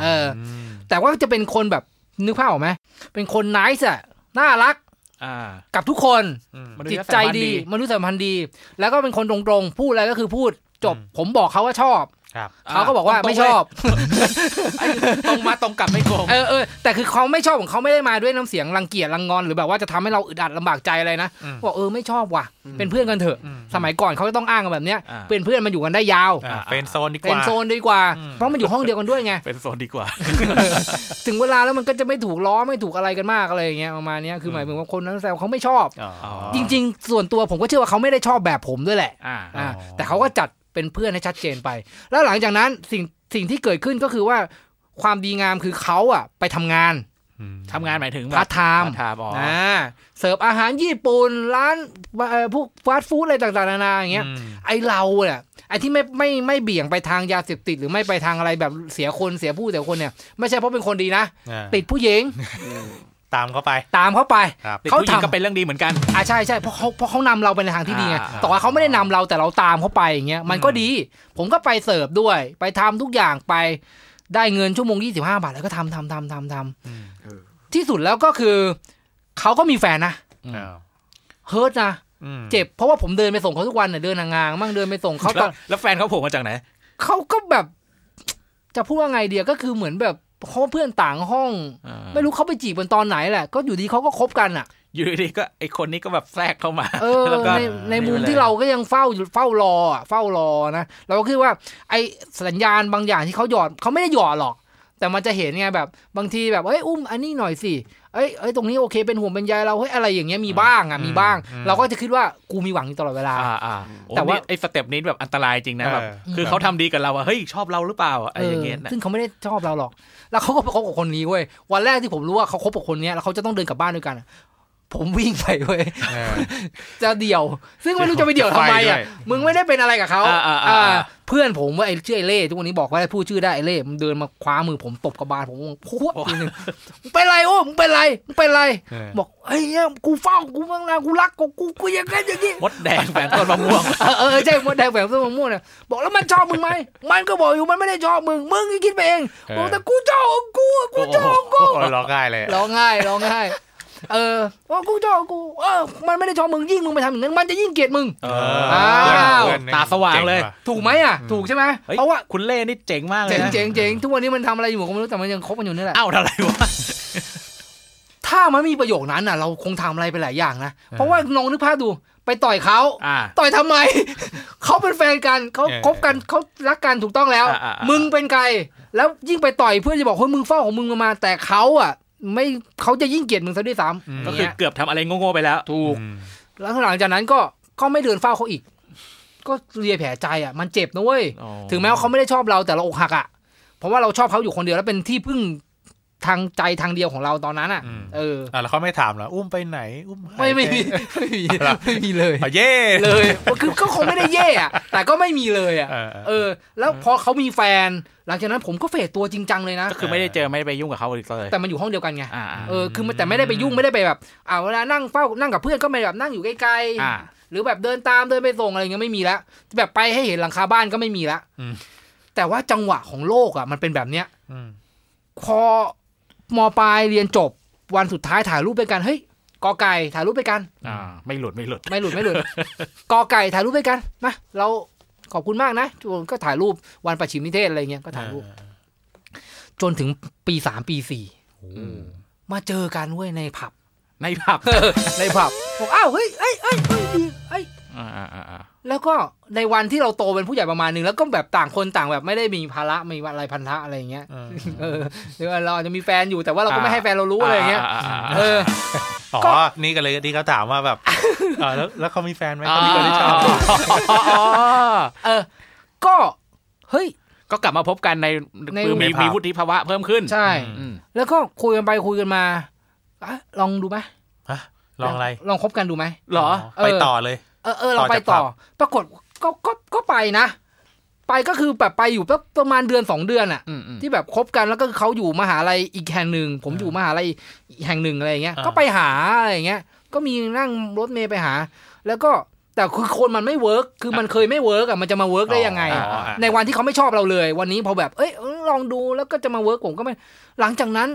เออ ม แต่ว่าจะเป็นคนแบบนึกภาพออกไหมเป็นคนนิสอะน่ารัก อ่า กับทุกคน อืม มนุษ จิต ยสัม ใจ พันธ์ ดีมนุษยสัมพันธ์ดี แล้วก็เป็นคนตรงๆ พูดอะไรก็คือพูดจบ อืม ผมบอกเขาว่าชอบ ครับ เขาก็บอกว่าไม่ชอบ ตรงมาตรงกลับไม่โกง เออเออแต่คือเขาไม่ชอบของเขาไม่ได้มาด้วยน้ำเสียงรังเกียจรังงอนหรือแบบว่าจะทำให้เราอึดอัดลำบากใจอะไรนะ อืม บอกเออไม่ชอบว่ะ อืม เป็นเพื่อนกันเถอะ อืม สมัยก่อนเขาก็ต้องอ้างกันแบบเนี้ย อ่า เป็นเพื่อนมาอยู่กันได้ยาว อ่าเป็นโซนดีกว่า เป็นโซนดีกว่า อืม เพราะมันอยู่ห้องเดียวกันด้วยไง เป็นโซนดีกว่า ถึงเวลาแล้วมันก็จะไม่ถูกล้อไม่ถูกอะไรกันมากอะไรอย่างเงี้ยประมาณเนี้ยคือหมายถึงว่าคนนั้นแซวเขาไม่ชอบ อ๋อ จริง ๆ ส่วนตัวผมก็เชื่อว่าเขาไม่ได้ชอบแบบผมด้วยแหละ อ่า อ่า อ๋อ แต่เขาก็จัดเป็นเพื่อนให้ชัดเจนไป แล้วหลังจากนั้นสิ่งสิ่งที่เกิดขึ้นก็คือว่าความดีงามคือเขาอะไปทำงาน อืม ทำงานหมายถึง พาร์ทไทม์ ทม์อ๋อ อ่าเสิร์ฟอาหารญี่ปุ่นร้านเอ่อพวกฟาสต์ฟู้ดอะไรต่างๆนานาอย่างเงี้ย อืม ไอเราเนี่ยไอที่ไม่ไม่ไม่เบี่ยงไปทางยาเสพติดหรือไม่ไปทางอะไรแบบเสียคนเสียผู้เสียคนเนี่ย ไม่ใช่เพราะเป็นคนดีนะ อ่า ติดผู้หญิง ตามเข้าไป ตามเขาไป ครับ ติด เขา ผู้หญิง ทำ ก็เป็นเรื่องดีเหมือนกัน อ่าใช่ใช่เพราะเขาเพราะเขานำเราไปในทางที่ดีไง อ่า แต่ว่าเขาไม่ได้นำเราแต่เราตามเขาไปอย่างเงี้ยมันก็ดี ผมก็ไปเสิร์ฟด้วย ไปทำทุกอย่างไปได้เงินชั่วโมง 25 บาท แล้วก็ทำทำทำทำท อืม เออ ำที่สุดแล้วก็คือเขาก็มีแฟนนะ อ้าว เฮิร์ตนะ อืม เจ็บเพราะว่าผมเดินไปส่งเขาทุกวันเนี่ยเดินงางๆมั่งเดินไปส่งเขาต แล้ อ วน แล้วแฟนเขาโผล่มาจากไหน เขาก็แบบ จะพูดว่าไงเดียก็คือเหมือนแบบเขาเพื่อนต่างห้อง อ่า ไม่รู้เขาไปจีบกันตอนไหนแหละ ก็อยู่ดีเขาก็คบกันอ่ะ อยู่ดีๆก็ไอคนนี้ก็แบบแทรกเข้ามา เออ แล้วก็ ในในมุมที่เราก็ยังเฝ้าอยู่เฝ้ารออ่ะเฝ้ารอนะเราก็คือว่า ไอสัญญาณบางอย่างที่เขาหยอดเขาไม่ได้หยอดหรอก แต่มันจะเห็นไงแบบบางทีแบบเอ้ยอุ้มอันนี้หน่อยสิเอ้ยเอ้ยตรงนี้โอเคเป็นห่วงเป็นใยเราเฮ้ยอะไรอย่างเงี้ยมีบ้างอ่ะมีบ้าง อืม เราก็จะคิดว่ากูมีหวังอยู่ตลอดเวลา อ่าอ่า แต่ แต่ ว่า ว่าไอ้สเต็ปนี้แบบอันตรายจริงนะแบบ เออ คือเขาทำดีกับเราอะเฮ้ยชอบเราหรือเปล่าอะไอ้อย่างเงี้ย เอ นะ อซึ่งเขาไม่ได้ชอบเราหรอก แล้วเขาก็ไปคบกับคนนี้เว้ย วันแรกที่ผมรู้ว่าเขาคบกับคนเนี้ยแล้วเขาจะต้องเดินกลับบ้านด้วยกันอะผมวิ่งไปเว้ย เออ จะเดี่ยว ซึ่งไม่รู้จะไปเดี่ยวทำไมอ่ะ จะไปด้วย มึงไม่ได้เป็นอะไรกับเขา อ่าอ่าอ่า อ่าเพื่อนผมว่าไอ้ชื่อไอ้เล่ทุกวันนี้บอกว่าพูดชื่อได้ไอ้เล่มันเดินมาคว้ามือผมตบกระบาลผมพวดทีหนึงมึงเป็นไรโอ้มึงเป็นไรมึงเป็นไร เออ บอกเฮ้ยเนี่ยกูเฝ้ากูบ้างนะกูรักกูกูกูอย่างนั้นอย่างนี้ มดแดงแฝงต้นมะม่วง เออเออใช่มดแดงแฝงส้มมะม่วงเนี่ยบอกแล้วมันชอบมึงไหมมันก็บอกอยู่มันไม่ได้ชอบมึง มึงก็คิดไปเอง เออ บอกแต่กูชอบของกูกูชอบของกู โอ้ยร้องไห้เลยอะ ร้องไห้ร้องไห้เออว่ากูชอบของกูเออมันไม่ได้ชอบมึงยิ่งมึงไปทำอย่างนั้นมันจะยิ่งเกลียดมึง เอ เอ อ อเพื่อน อ้าว เพื่อน ตาสว่างเลย จ๋ว่ะ ถูกไหมอ่ะ อืม ถูกใช่ไหม เฮ้ย เพราะว่า คุณเล่นี่เจ๋งมากเล เจ๋ ย ง นะ เจ๋งเจ๋งทุกวันนี้มันทำอะไรอยู่ผมก็ไม่รู้แต่มันยังคบกันอยู่นี่แหละ เอ้าอะไรวะ ถ้ามันมีประโยคนั้นน่ะ เราคงทำอะไรไปหลายอย่างนะเพราะว่าน้องนึกภาพดูไปต่อยเขา อ่า ต่อยทำไม เขาเป็นแฟนกันเขา เออ คบกันเขารักกันถูกต้องแล้ว อ่าอ่าอ่ามึมึงเป็นใครแล้วยิ่งไปต่อยเพื่อจะบอกเฮ้ยมึงเฝ้าของมึงมา แต่เขาอ่ะ ไม่เขาจะยิ่งเกลียดมึงซะด้วยซ้ ม ำ ก็คือ เนี่ย เกือบทำอะไรโง่ๆไปแล้ว ถูก อืม แล้วหลังจากนั้นก็ก็ไม่เดินเฝ้าเขาอีก ก็เลียแผลใจอ่ะ มันเจ็บนะเว้ย อ๋อ ถึงแม้ว่าเขาไม่ได้ชอบเราแต่เราอกหักอ่ะเพราะว่าเราชอบเขาอยู่คนเดียวแล้วเป็นที่พึ่งทางใจทางเดียวของเราตอนนั้นอ่ะ อืม เออ อ่ะแล้วเขาไม่ถามเหรออุ้มไปไหน อุ้มหาย ไม่ไม่มี ป ไม่มี ไม่มีเลย อ่ะเย่ เลยคือก็คงไม่ได้แย่อะแต่ก็ไม่มีเลยอ่ะ เออ เออแล้วพอเขามีแฟน หลังจากนั้นผมก็เฟดตัวจริงจังเลยนะ ก็คือไม่ได้เจอไม่ได้ไปยุ่งกับเขาอีกเลย แต่มันอยู่ห้องเดียวกันไง อ่าอ่า เออคือมันแต่ไม่ได้ไปยุ่งไม่ได้ไปแบบอ่าเวลานั่งเฝ้านั่งกับเพื่อนก็ไม่ได้แบบนั่งอยู่ใกล้ อ่า ๆหรือแบบเดินตามเดินไปส่งอะไรเงี้ยไม่มีละแบบไปให้เห็นหลังคาบ้านก็ไม่มีละแต่ว่าจังหวะของโลกอ่ะมันเป็นแบบเนี้ย อืม พอมปลายเรียนจบวันสุดท้ายถ่ายรูปด้วยกันเฮ้ยกอไก่ถ่ายรูปด้วยกัน อ่า ไม่หลุดไม่หลุด ไม่หลุดไม่หลุด กอไก่ถ่ายรูปด้วยกันมาเราขอบคุณมากนะก็ถ่ายรูปวันประชิมนิเทศอะไรเงี้ยก็ถ่ายรูป จนถึงปีสามปีสี่มาเจอกันเว้ยในผับ ในผับ ในผับบอกอ้าวเฮ้ยเอ้ยเอ้ยเอ้ยดีเอ้ย อ่าอ่าอ่า แล้วก็ในวันที่เราโตเป็นผู้ใหญ่ประมาณหนึ่งแล้วก็แบบต่างคนต่างแบบไม่ได้มีภาระมีอะไรพันธะอะไรอย่างเงี้ย เออ เออหรือว่าเราอาจจะมีแฟนอยู่แต่ว่าเราก็ไม่ให้แฟนเรารู้อะไรอย่างเงี้ย าาา เออ อ๋ ก็ อนี่ก็เลยที่เขาถามว่าแบบเออแล้วแล้วเขามีแฟนไหมเขามีคนที่ชอบ อ๋ออ๋ออ๋ อ เออ ก็เฮ้ย ก็กลับมาพบกันใน ใน คือมี ในผับ มีวุฒิภาวะเพิ่มขึ้น ใช่ อื อืม แล้วก็คุยกันไปคุยกันมาอ่ะลองดูไหม ฮะลองอะไร ลองคบกันดูไหม เหรอ เออ ไปต่อเลย เออเออเรา ต่อ ไป จาก ต่อ ผับ ปรากฏก็ก็ก็ไปนะ ไปก็คือแบบไปอยู่ประประมาณเดือนสองเดือนอ่ะ อืมอืม ที่แบบคบกันแล้วก็เขาอยู่มหาลัยอีกแห่งหนึ่ง ผมอยู่มหาลัยอีกแห่งหนึ่งอะไรอย่างเงี้ย อ่า ก็ไปหาอะไรอย่างเงี้ย ก็มีนั่งรถเมย์ไปหา แล้วก็แต่คือคนมันไม่เวิร์กคือมันเคยไม่เวิร์กอ่ะมันจะมาเวิร์กได้ยังไง อ๋ออ่ะ ในวันที่เขาไม่ชอบเราเลย วันนี้พอแบบเอ้ยเออลองดูแล้วก็จะมาเวิร์กผมก็ไม่หลังจากนั้น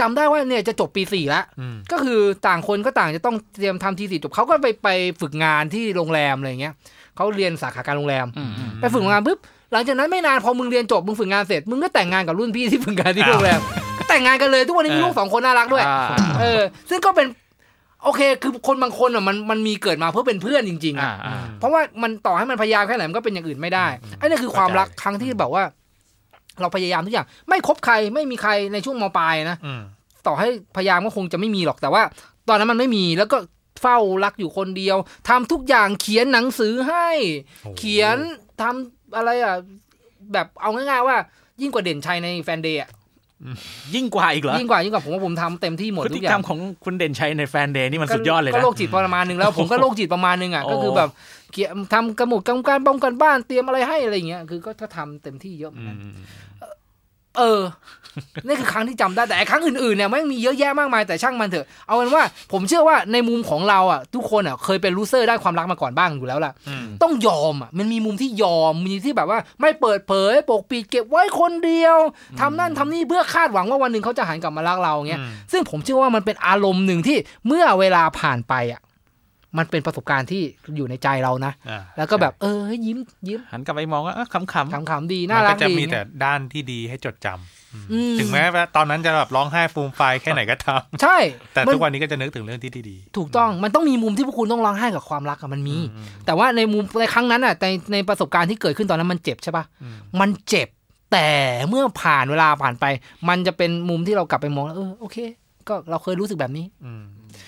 จำได้ว่าเนี่ยจะจบปีสี่ละ อืม ก็คือต่างคนก็ต่างจะต้องเตรียมทำทีสิจบเขาก็ไปไปฝึกงานที่โรงแรมอะไรเงี้ยเขาเรียนสาขาการโรงแรม อืมอืม ไปฝึกงานปุ๊บหลังจากนั้นไม่นานพอมึงเรียนจบมึงฝึกงานเสร็จมึงก็แต่งงานกับรุ่นพี่ที่ฝึกงานที่ อ้าว โรงแรมก็แต่งงานกันเลยทุกวันนี้มีลูกสองคนน่ารักด้วย อ่า เออ ซึ่งก็เป็นโอเคคือคนบางคนอ่ะมันมันมีเกิดมาเพื่อเป็นเพื่อนจริงๆ อ่า อ่ะ อ่า เพราะว่ามันต่อให้มันพยายามแค่ไหนมันก็เป็นอย่างอื่นไม่ได้ไอ้นี่คือความรักครั้งที่แบบว่า เราพยายามทุกอย่าง ไม่คบใครไม่มีใครในช่วงมปลายนะ อืม ต่อให้พยายามก็คงจะไม่มีหรอกแต่ว่า ตอนนั้นมันไม่มีแล้วก็เฝ้ารักอยู่คนเดียวทำทุกอย่างเขียนหนังสือให้ โอ้โห เขียนทำอะไรอ่ะแบบเอาง่ายๆว่า ยิ่งกว่าเด่นชัยในแฟนเดย์อ่ะ ยิ่งกว่าอีกเหรอ ยิ่งกว่ายิ่งกว่าผมว่าผมทำเต็มที่หมด พฤ ทุ ติ กอก ร ย่า รง มของคุณเด่นชัยในแฟนเดย์นี่มันสุดยอดเลย ก็ นะ โรคจิตประมาณหนึงแล้ว ผมก็โรคจิตประมาณหนึงอ่ะ โอ้ ก็คือแบบเขียนทำกระหมดกำการป้องกันบ้านเตรียมอะไรให้อะไรอย่างเงี้ยคือก็ก็ทำเต็มที่เยอะเหมือนกัน เออ นี่คือครั้งที่จำได้แต่ไอ้ครั้งอื่นๆเนี่ยไม่งมีเยอะแยะมากมายแต่ช่างมันเถอะ เอาเป็นว่า ผมเชื่อว่าในมุมของเราอ่ะ ทุกคนอ่ะเคยเป็นลูเซอร์ได้านความรักมาก่อนบ้างอยู่แล้วล่ะ อืม ต้องยอมอ่ะ มันมีมุมที่ยอม มีที่แบบว่า ไม่เปิดเผยปกปิดเก็บไว้คนเดียวทำนั่นทำนี่เพื่อคาดหวังว่าวันหนึ่งเขาจะหันกลับมารักเราเงี้ย อืม ซึ่งผมเชื่อว่ามันเป็นอารมณ์หนึ่งที่เมื่อเวลาผ่านไปอ่ะ มันเป็นประสบการณ์ที่อยู่ในใจเรานะ อ่ะ แล้วก็แบบเออเฮ้ยยิ้มยิ้ม หันกลับไปมองว่าเอ้อขำๆ ขำๆดีน่ารัก มัจะ ดี มีแต่ด้านที่ดีให้จดจำ อืม ถึงแม้ว่าตอนนั้นจะแบบร้องไห้ฟูมไฟายแค่ไหนก็ตาม ใช่ แต่ มั ทุ น กวันนี้ก็จะนึกถึงเรื่องที่ดี ถูกต้องมันต้องมีมุมที่พวกคุณต้องร้องไห้กับความรักอะมันมี อืม แต่ว่าในมุมในครั้งนั้นอะในในประสบการณ์ที่เกิดขึ้นตอนนั้นมันเจ็บใช่ปะ อืม มันเจ็บ แต่เมื่อผ่านเวลาผ่านไป มันจะเป็นมุมที่เรากลับไปมองแล้วเออโอเค ก็เราเคยรู้สึกแบบนี้ อืม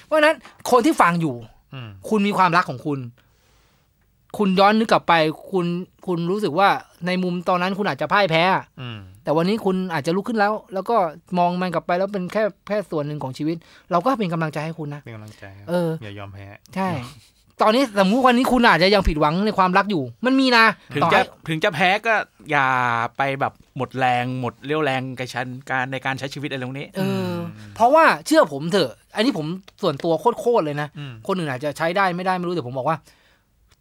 เพราะฉะนั้นคนที่ฟังอยู่ อืม คุณมีความรักของคุณ คุณย้อนนึกกลับไป คุณคุณรู้สึกว่าในมุมตอนนั้นคุณอาจจะพ่ายแพ้อะ อืม แต่วันนี้คุณอาจจะลุกขึ้นแล้ว แล้วก็มองมันกลับไปแล้วเป็นแค่แค่ส่วนหนึ่งของชีวิต เราก็เป็นกำลังใจให้คุณนะ เป็นกำลังใจครับ เออ อย่ายอมแพ้ ใช่ ตอนนี้สมมติวันนี้คุณอาจจะยังผิดหวังในความรักอยู่ มันมีนะ ถึง ต่อ จะ ให้ ถึงจะแพ้ก็อย่าไปแบบหมดแรงหมดเรี่ยวแรงกับชันการในการใช้ชีวิตอะไรตรงนี้ เอออ เพราะว่าเชื่อผมเถอะ อันนี้ผมส่วนตัวโคตรๆเลยนะ อืม คนอื่นอาจจะใช้ได้ไม่ได้ไม่รู้แต่ผมบอกว่า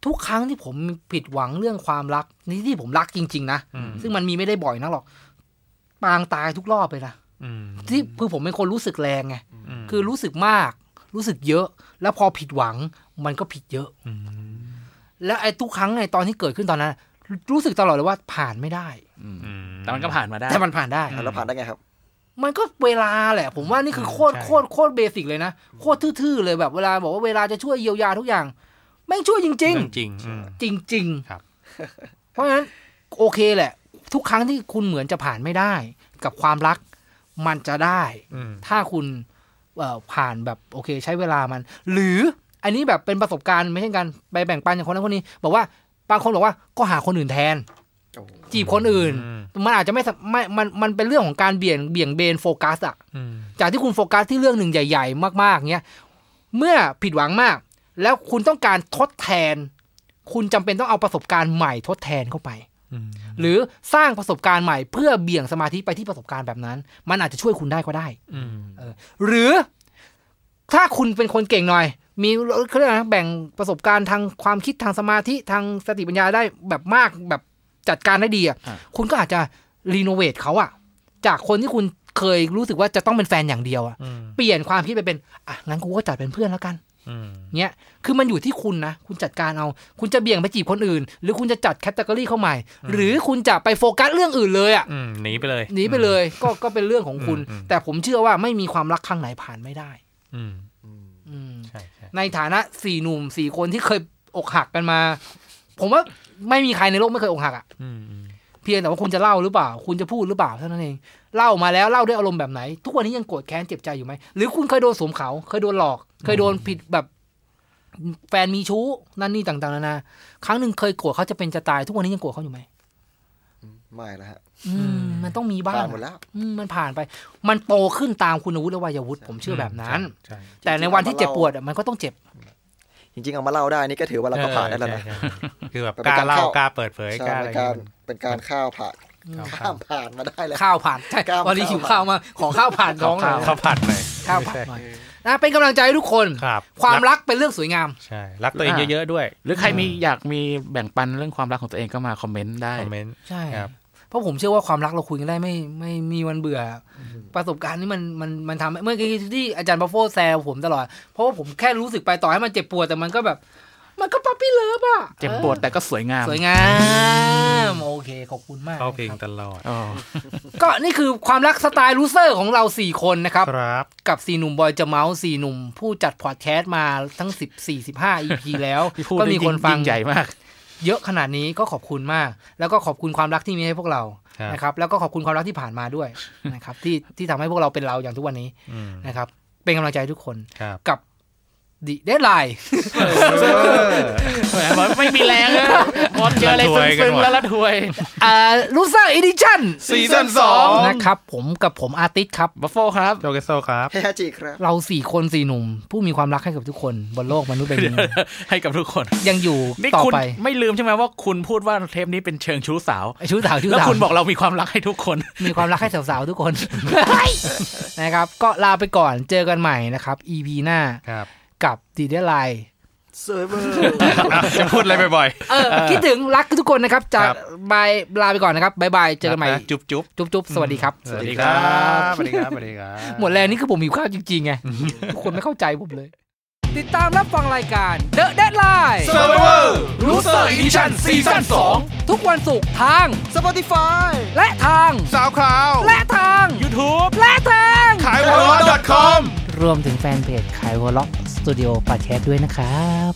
ทุกครั้งที่ผมผิดหวังเรื่องความรักนี่ที่ผมรักจริง ๆ นะ อืม ซึ่งมันมีไม่ได้บ่อยนักหรอก ปางตายทุกรอบเลยนะ อืม ที่คือผมเป็นคนรู้สึกแรงไง ม คือรู้สึกมาก รู้สึกเยอะ แล้วพอผิดหวังมันก็ผิดเยอะ ม แล้วไอ้ทุกครั้งไอ้ตอนที่เกิดขึ้นตอนนั้น รู้สึกตลอดเลยว่าผ่านไม่ได้ อืม แต่มันก็ผ่านมาได้ แต่มันผ่านได้ อ่ะแล้วผ่านได้ไงครับ มันก็เวลาแหละ ผมว่านี่คือโคตร ใช่ โคตรโคตรเบสิกเลยนะ โคตรทื่อๆเลยแบบเวลาบอกว่าเวลาจะช่วยเยียวยาทุกอย่างไม่งช่วยจริง เอ ๆ จริงอืม จริงๆ ครับ เพราะฉะนั้นโอเคแหละ ทุกครั้งที่คุณเหมือนจะผ่านไม่ได้ กับความรักมันจะได้ อืม ถ้าคุณเอ่อผ่านแบบโอเค ใช้เวลามัน หรืออันนี้แบบเป็นประสบการณ์ไม่ใช่การไปแบ่งปันอย่างคนนั้นคนนี้ บอกว่าบางคนบอกว่าก็หาคนอื่นแทน โอ้โห จีบคนอื่น อืม มันอาจจะไม่สะไม่มันมันเป็นเรื่องของการเบี่ยงเบี่ยงเบนโฟกัสอะ อืม จากที่คุณโฟกัสที่เรื่องหนึ่งใหญ่ ๆ มากๆเนี้ย เมื่อผิดหวังมาก แล้วคุณต้องการทดแทน คุณจำเป็นต้องเอาประสบการณ์ใหม่ทดแทนเข้าไป อืม หรือสร้างประสบการณ์ใหม่เพื่อเบี่ยงสมาธิไปที่ประสบการณ์แบบนั้น มันอาจจะช่วยคุณได้ก็ได้ อืม หรือถ้าคุณเป็นคนเก่งหน่อย มีเขาเรียกอะไรนะแบ่งประสบการณ์ทางความคิดทางสมาธิทางสติปัญญาได้แบบมากแบบจัดการได้ดีอ่ะ อ่ะ คุณก็อาจจะรีโนเวทเขาอ่ะ จากคนที่คุณเคยรู้สึกว่าจะต้องเป็นแฟนอย่างเดียวอ่ะ อืม เปลี่ยนความคิดไปเป็น อ่ะ งั้นกูก็จัดเป็นเพื่อนแล้วกัน อืม เนี้ย คือมันอยู่ที่คุณนะ คุณจัดการเอา คุณจะเบี่ยงไปจีบคนอื่น หรือคุณจะจัดแคตตากรีเข้าใหม่ หรือคุณจะไปโฟกัสเรื่องอื่นเลยอ่ะ อืมหนีไปเลย หนีไปเลย ก็ ก็เป็นเรื่องของคุณ อืม แต่ผมเชื่อว่าไม่มีความรักครั้งไหนผ่านไม่ได้ อืม อืม ใช่ใช่ ในฐานะสี่หนุ่มสี่คนที่เคยอกหักกันมา ผมว่าไม่มีใครในโลกไม่เคยอกหักอ่ะ อืมอืม เพียงแต่ว่าคุณจะเล่าหรือเปล่า คุณจะพูดหรือเปล่าเท่านั้นเอง เล่ามาแล้วเล่าด้วยอารมณ์แบบไหน ทุกวันนี้ยังโกรธแค้นเจ็บใจอยู่ไหม หรือคุณเคยโดนสวมเขา เคยโดนหลอก เคยโดนผิดแบบ แฟนมีชู้นั่นนี่ต่างๆนานา ครั้งหนึ่งเคยโกรธเขาจะเป็นจะตาย ทุกวันนี้ยังโกรธเขาอยู่ไหม ไม่แล้วฮะ อืมมันต้องมีบ้า ผ่าง นหมดแล้ว อืมมันผ่านไป มันโตขึ้นตามคุณวุฒิและวัยวุฒิผมเชื่อแบบนั้น ใช่ แต่ในวันที่เจ็บปวดอะมันก็ต้องเจ็บ จริงๆเอามาเล่าได้นี่ก็ถือว่าเราก็ผ่านได้แล้วนะ ใช่ใช่คือแบบ มัน ก เป็น ล้าเล่าการเข้า กล้าเปิดเผย ใช่ กล้าอะไร เป็น เงี้ กาย รเป็นการข้าวผ่าน มัน ข้ามผ่านมาได้แล้ว ข้าวผ่านใช่ ข้าว วันนี้ ข้าว หิวข้าวมากขอข้าวผ่านท้ ข้า อ ว งหน่ ข้าวยอข้าวผัดหน่อย ข้าวผ่านหน่อยนะเป็นกำลังใจให้ทุกคน ครับ ความ รัก รักเป็นเรื่องสวยงาม ใช่ รักตัวเองเยอะๆด้วย หรือใครมีอยากมีแบ่งปันเรื่องความรักของตัวเองก็มาคอมเมนต์ได้ คอมเมนต์ ใช่ ครับ เพราะผมเชื่อว่าความรักเราคุยกันได้ไม่ไม่มีวันเบื่ออประสบการณ์นี้มันมันมันทำให้เมื่อกี้ที่อาจารย์บัฟโฟแซวผมตลอด เพราะว่าผมแค่รู้สึกไปต่อให้มันเจ็บปวดแต่มันก็แบบ มันก็ปั๊ปปี้เลิฟอะ เจ็บปวดแต่ก็สวยงาม สวยงามโอเค ขอบคุณมาก เข้าเพลง ครับ ตลอด อ๋อ ก็นี่คือความรักสไตล์ลูเซอร์ของเรา 4 คนนะครับ ครับ กับ 4 หนุ่มบอยจะเมาส์4หนุ่ม ผู้จัดพอดแคสต์มาทั้ง 14 15 EP แล้ว พี่พูด ก็ ได้ มี ยิ่ง คนฟัง ยิ่ใหญ่มาก เยอะขนาดนี้ก็ขอบคุณมาก แล้วก็ขอบคุณความรักที่มีให้พวกเรา ครับ นะครับ แล้วก็ขอบคุณความรักที่ผ่านมา ด้วย นะครับที่ที่ทำให้พวกเราเป็นเราอย่างทุกวันนี้ อืม นะครับ เป็นกำลังใจให้ทุกคน ครับ กับดิเดดไลน์ ไม่มีแรง อะพอเจออะไรซึ้งๆแล้วละถวย อ่าลูซ่าอีดิชั่น ซีซั่นสอง นะครับผมกับผมอาร์ติสครับ บัฟโฟครับ โจเกโซครับ เฮ้ยฮาจิครับ เราสี่คนสี่หนุ่ม ผู้มีความรักให้กับทุกคนบนโลกมนุษย์ใบ นี้ ให้กับทุกคน ยังอยู่ นี่ ต่อ คุณ ไป ไม่ลืมใช่ไหมว่าคุณพูดว่าเทปนี้เป็นเชิงชู้สาว ไอ้ชู้สาวชู้ แล้ว สาว คุณบอกเรามีความรักให้ทุก คน มีความรักให้สาวๆ ทุกคน นะครับ ก็ลาไปก่อนเจอกันใหม่นะครับ EP หน้า ครับ กับดีเดลไลน์ เซอร์เวอร์ จะพูดอะไรบ่อย เออ คิดถึงรักทุกคนนะครับ จะ ครับ บายลาไปก่อนนะครับบายบาย ๆ เจอกันใหม่ ะจุ๊บจุ๊บ จุ๊บจุ๊บสวัสดีครับ สวัสดีครับสวัสดีครับสวัสดีครับ หมดแรงนี่คือผมหิวข้าวจริงๆไง ทุกคนไม่เข้าใจผมเลย ติดตามรับฟังรายการ The Deadline Survivor Loser Edition ซีซั่นสอง ทุกวันศุกร์ทาง Spotify และทาง สาวขาว และทาง YouTube และทาง ขายหัวเร้อน .com รวมถึงแฟนเพจขายวอลล็อกสตูดิโอปาแคสด้วยนะครับ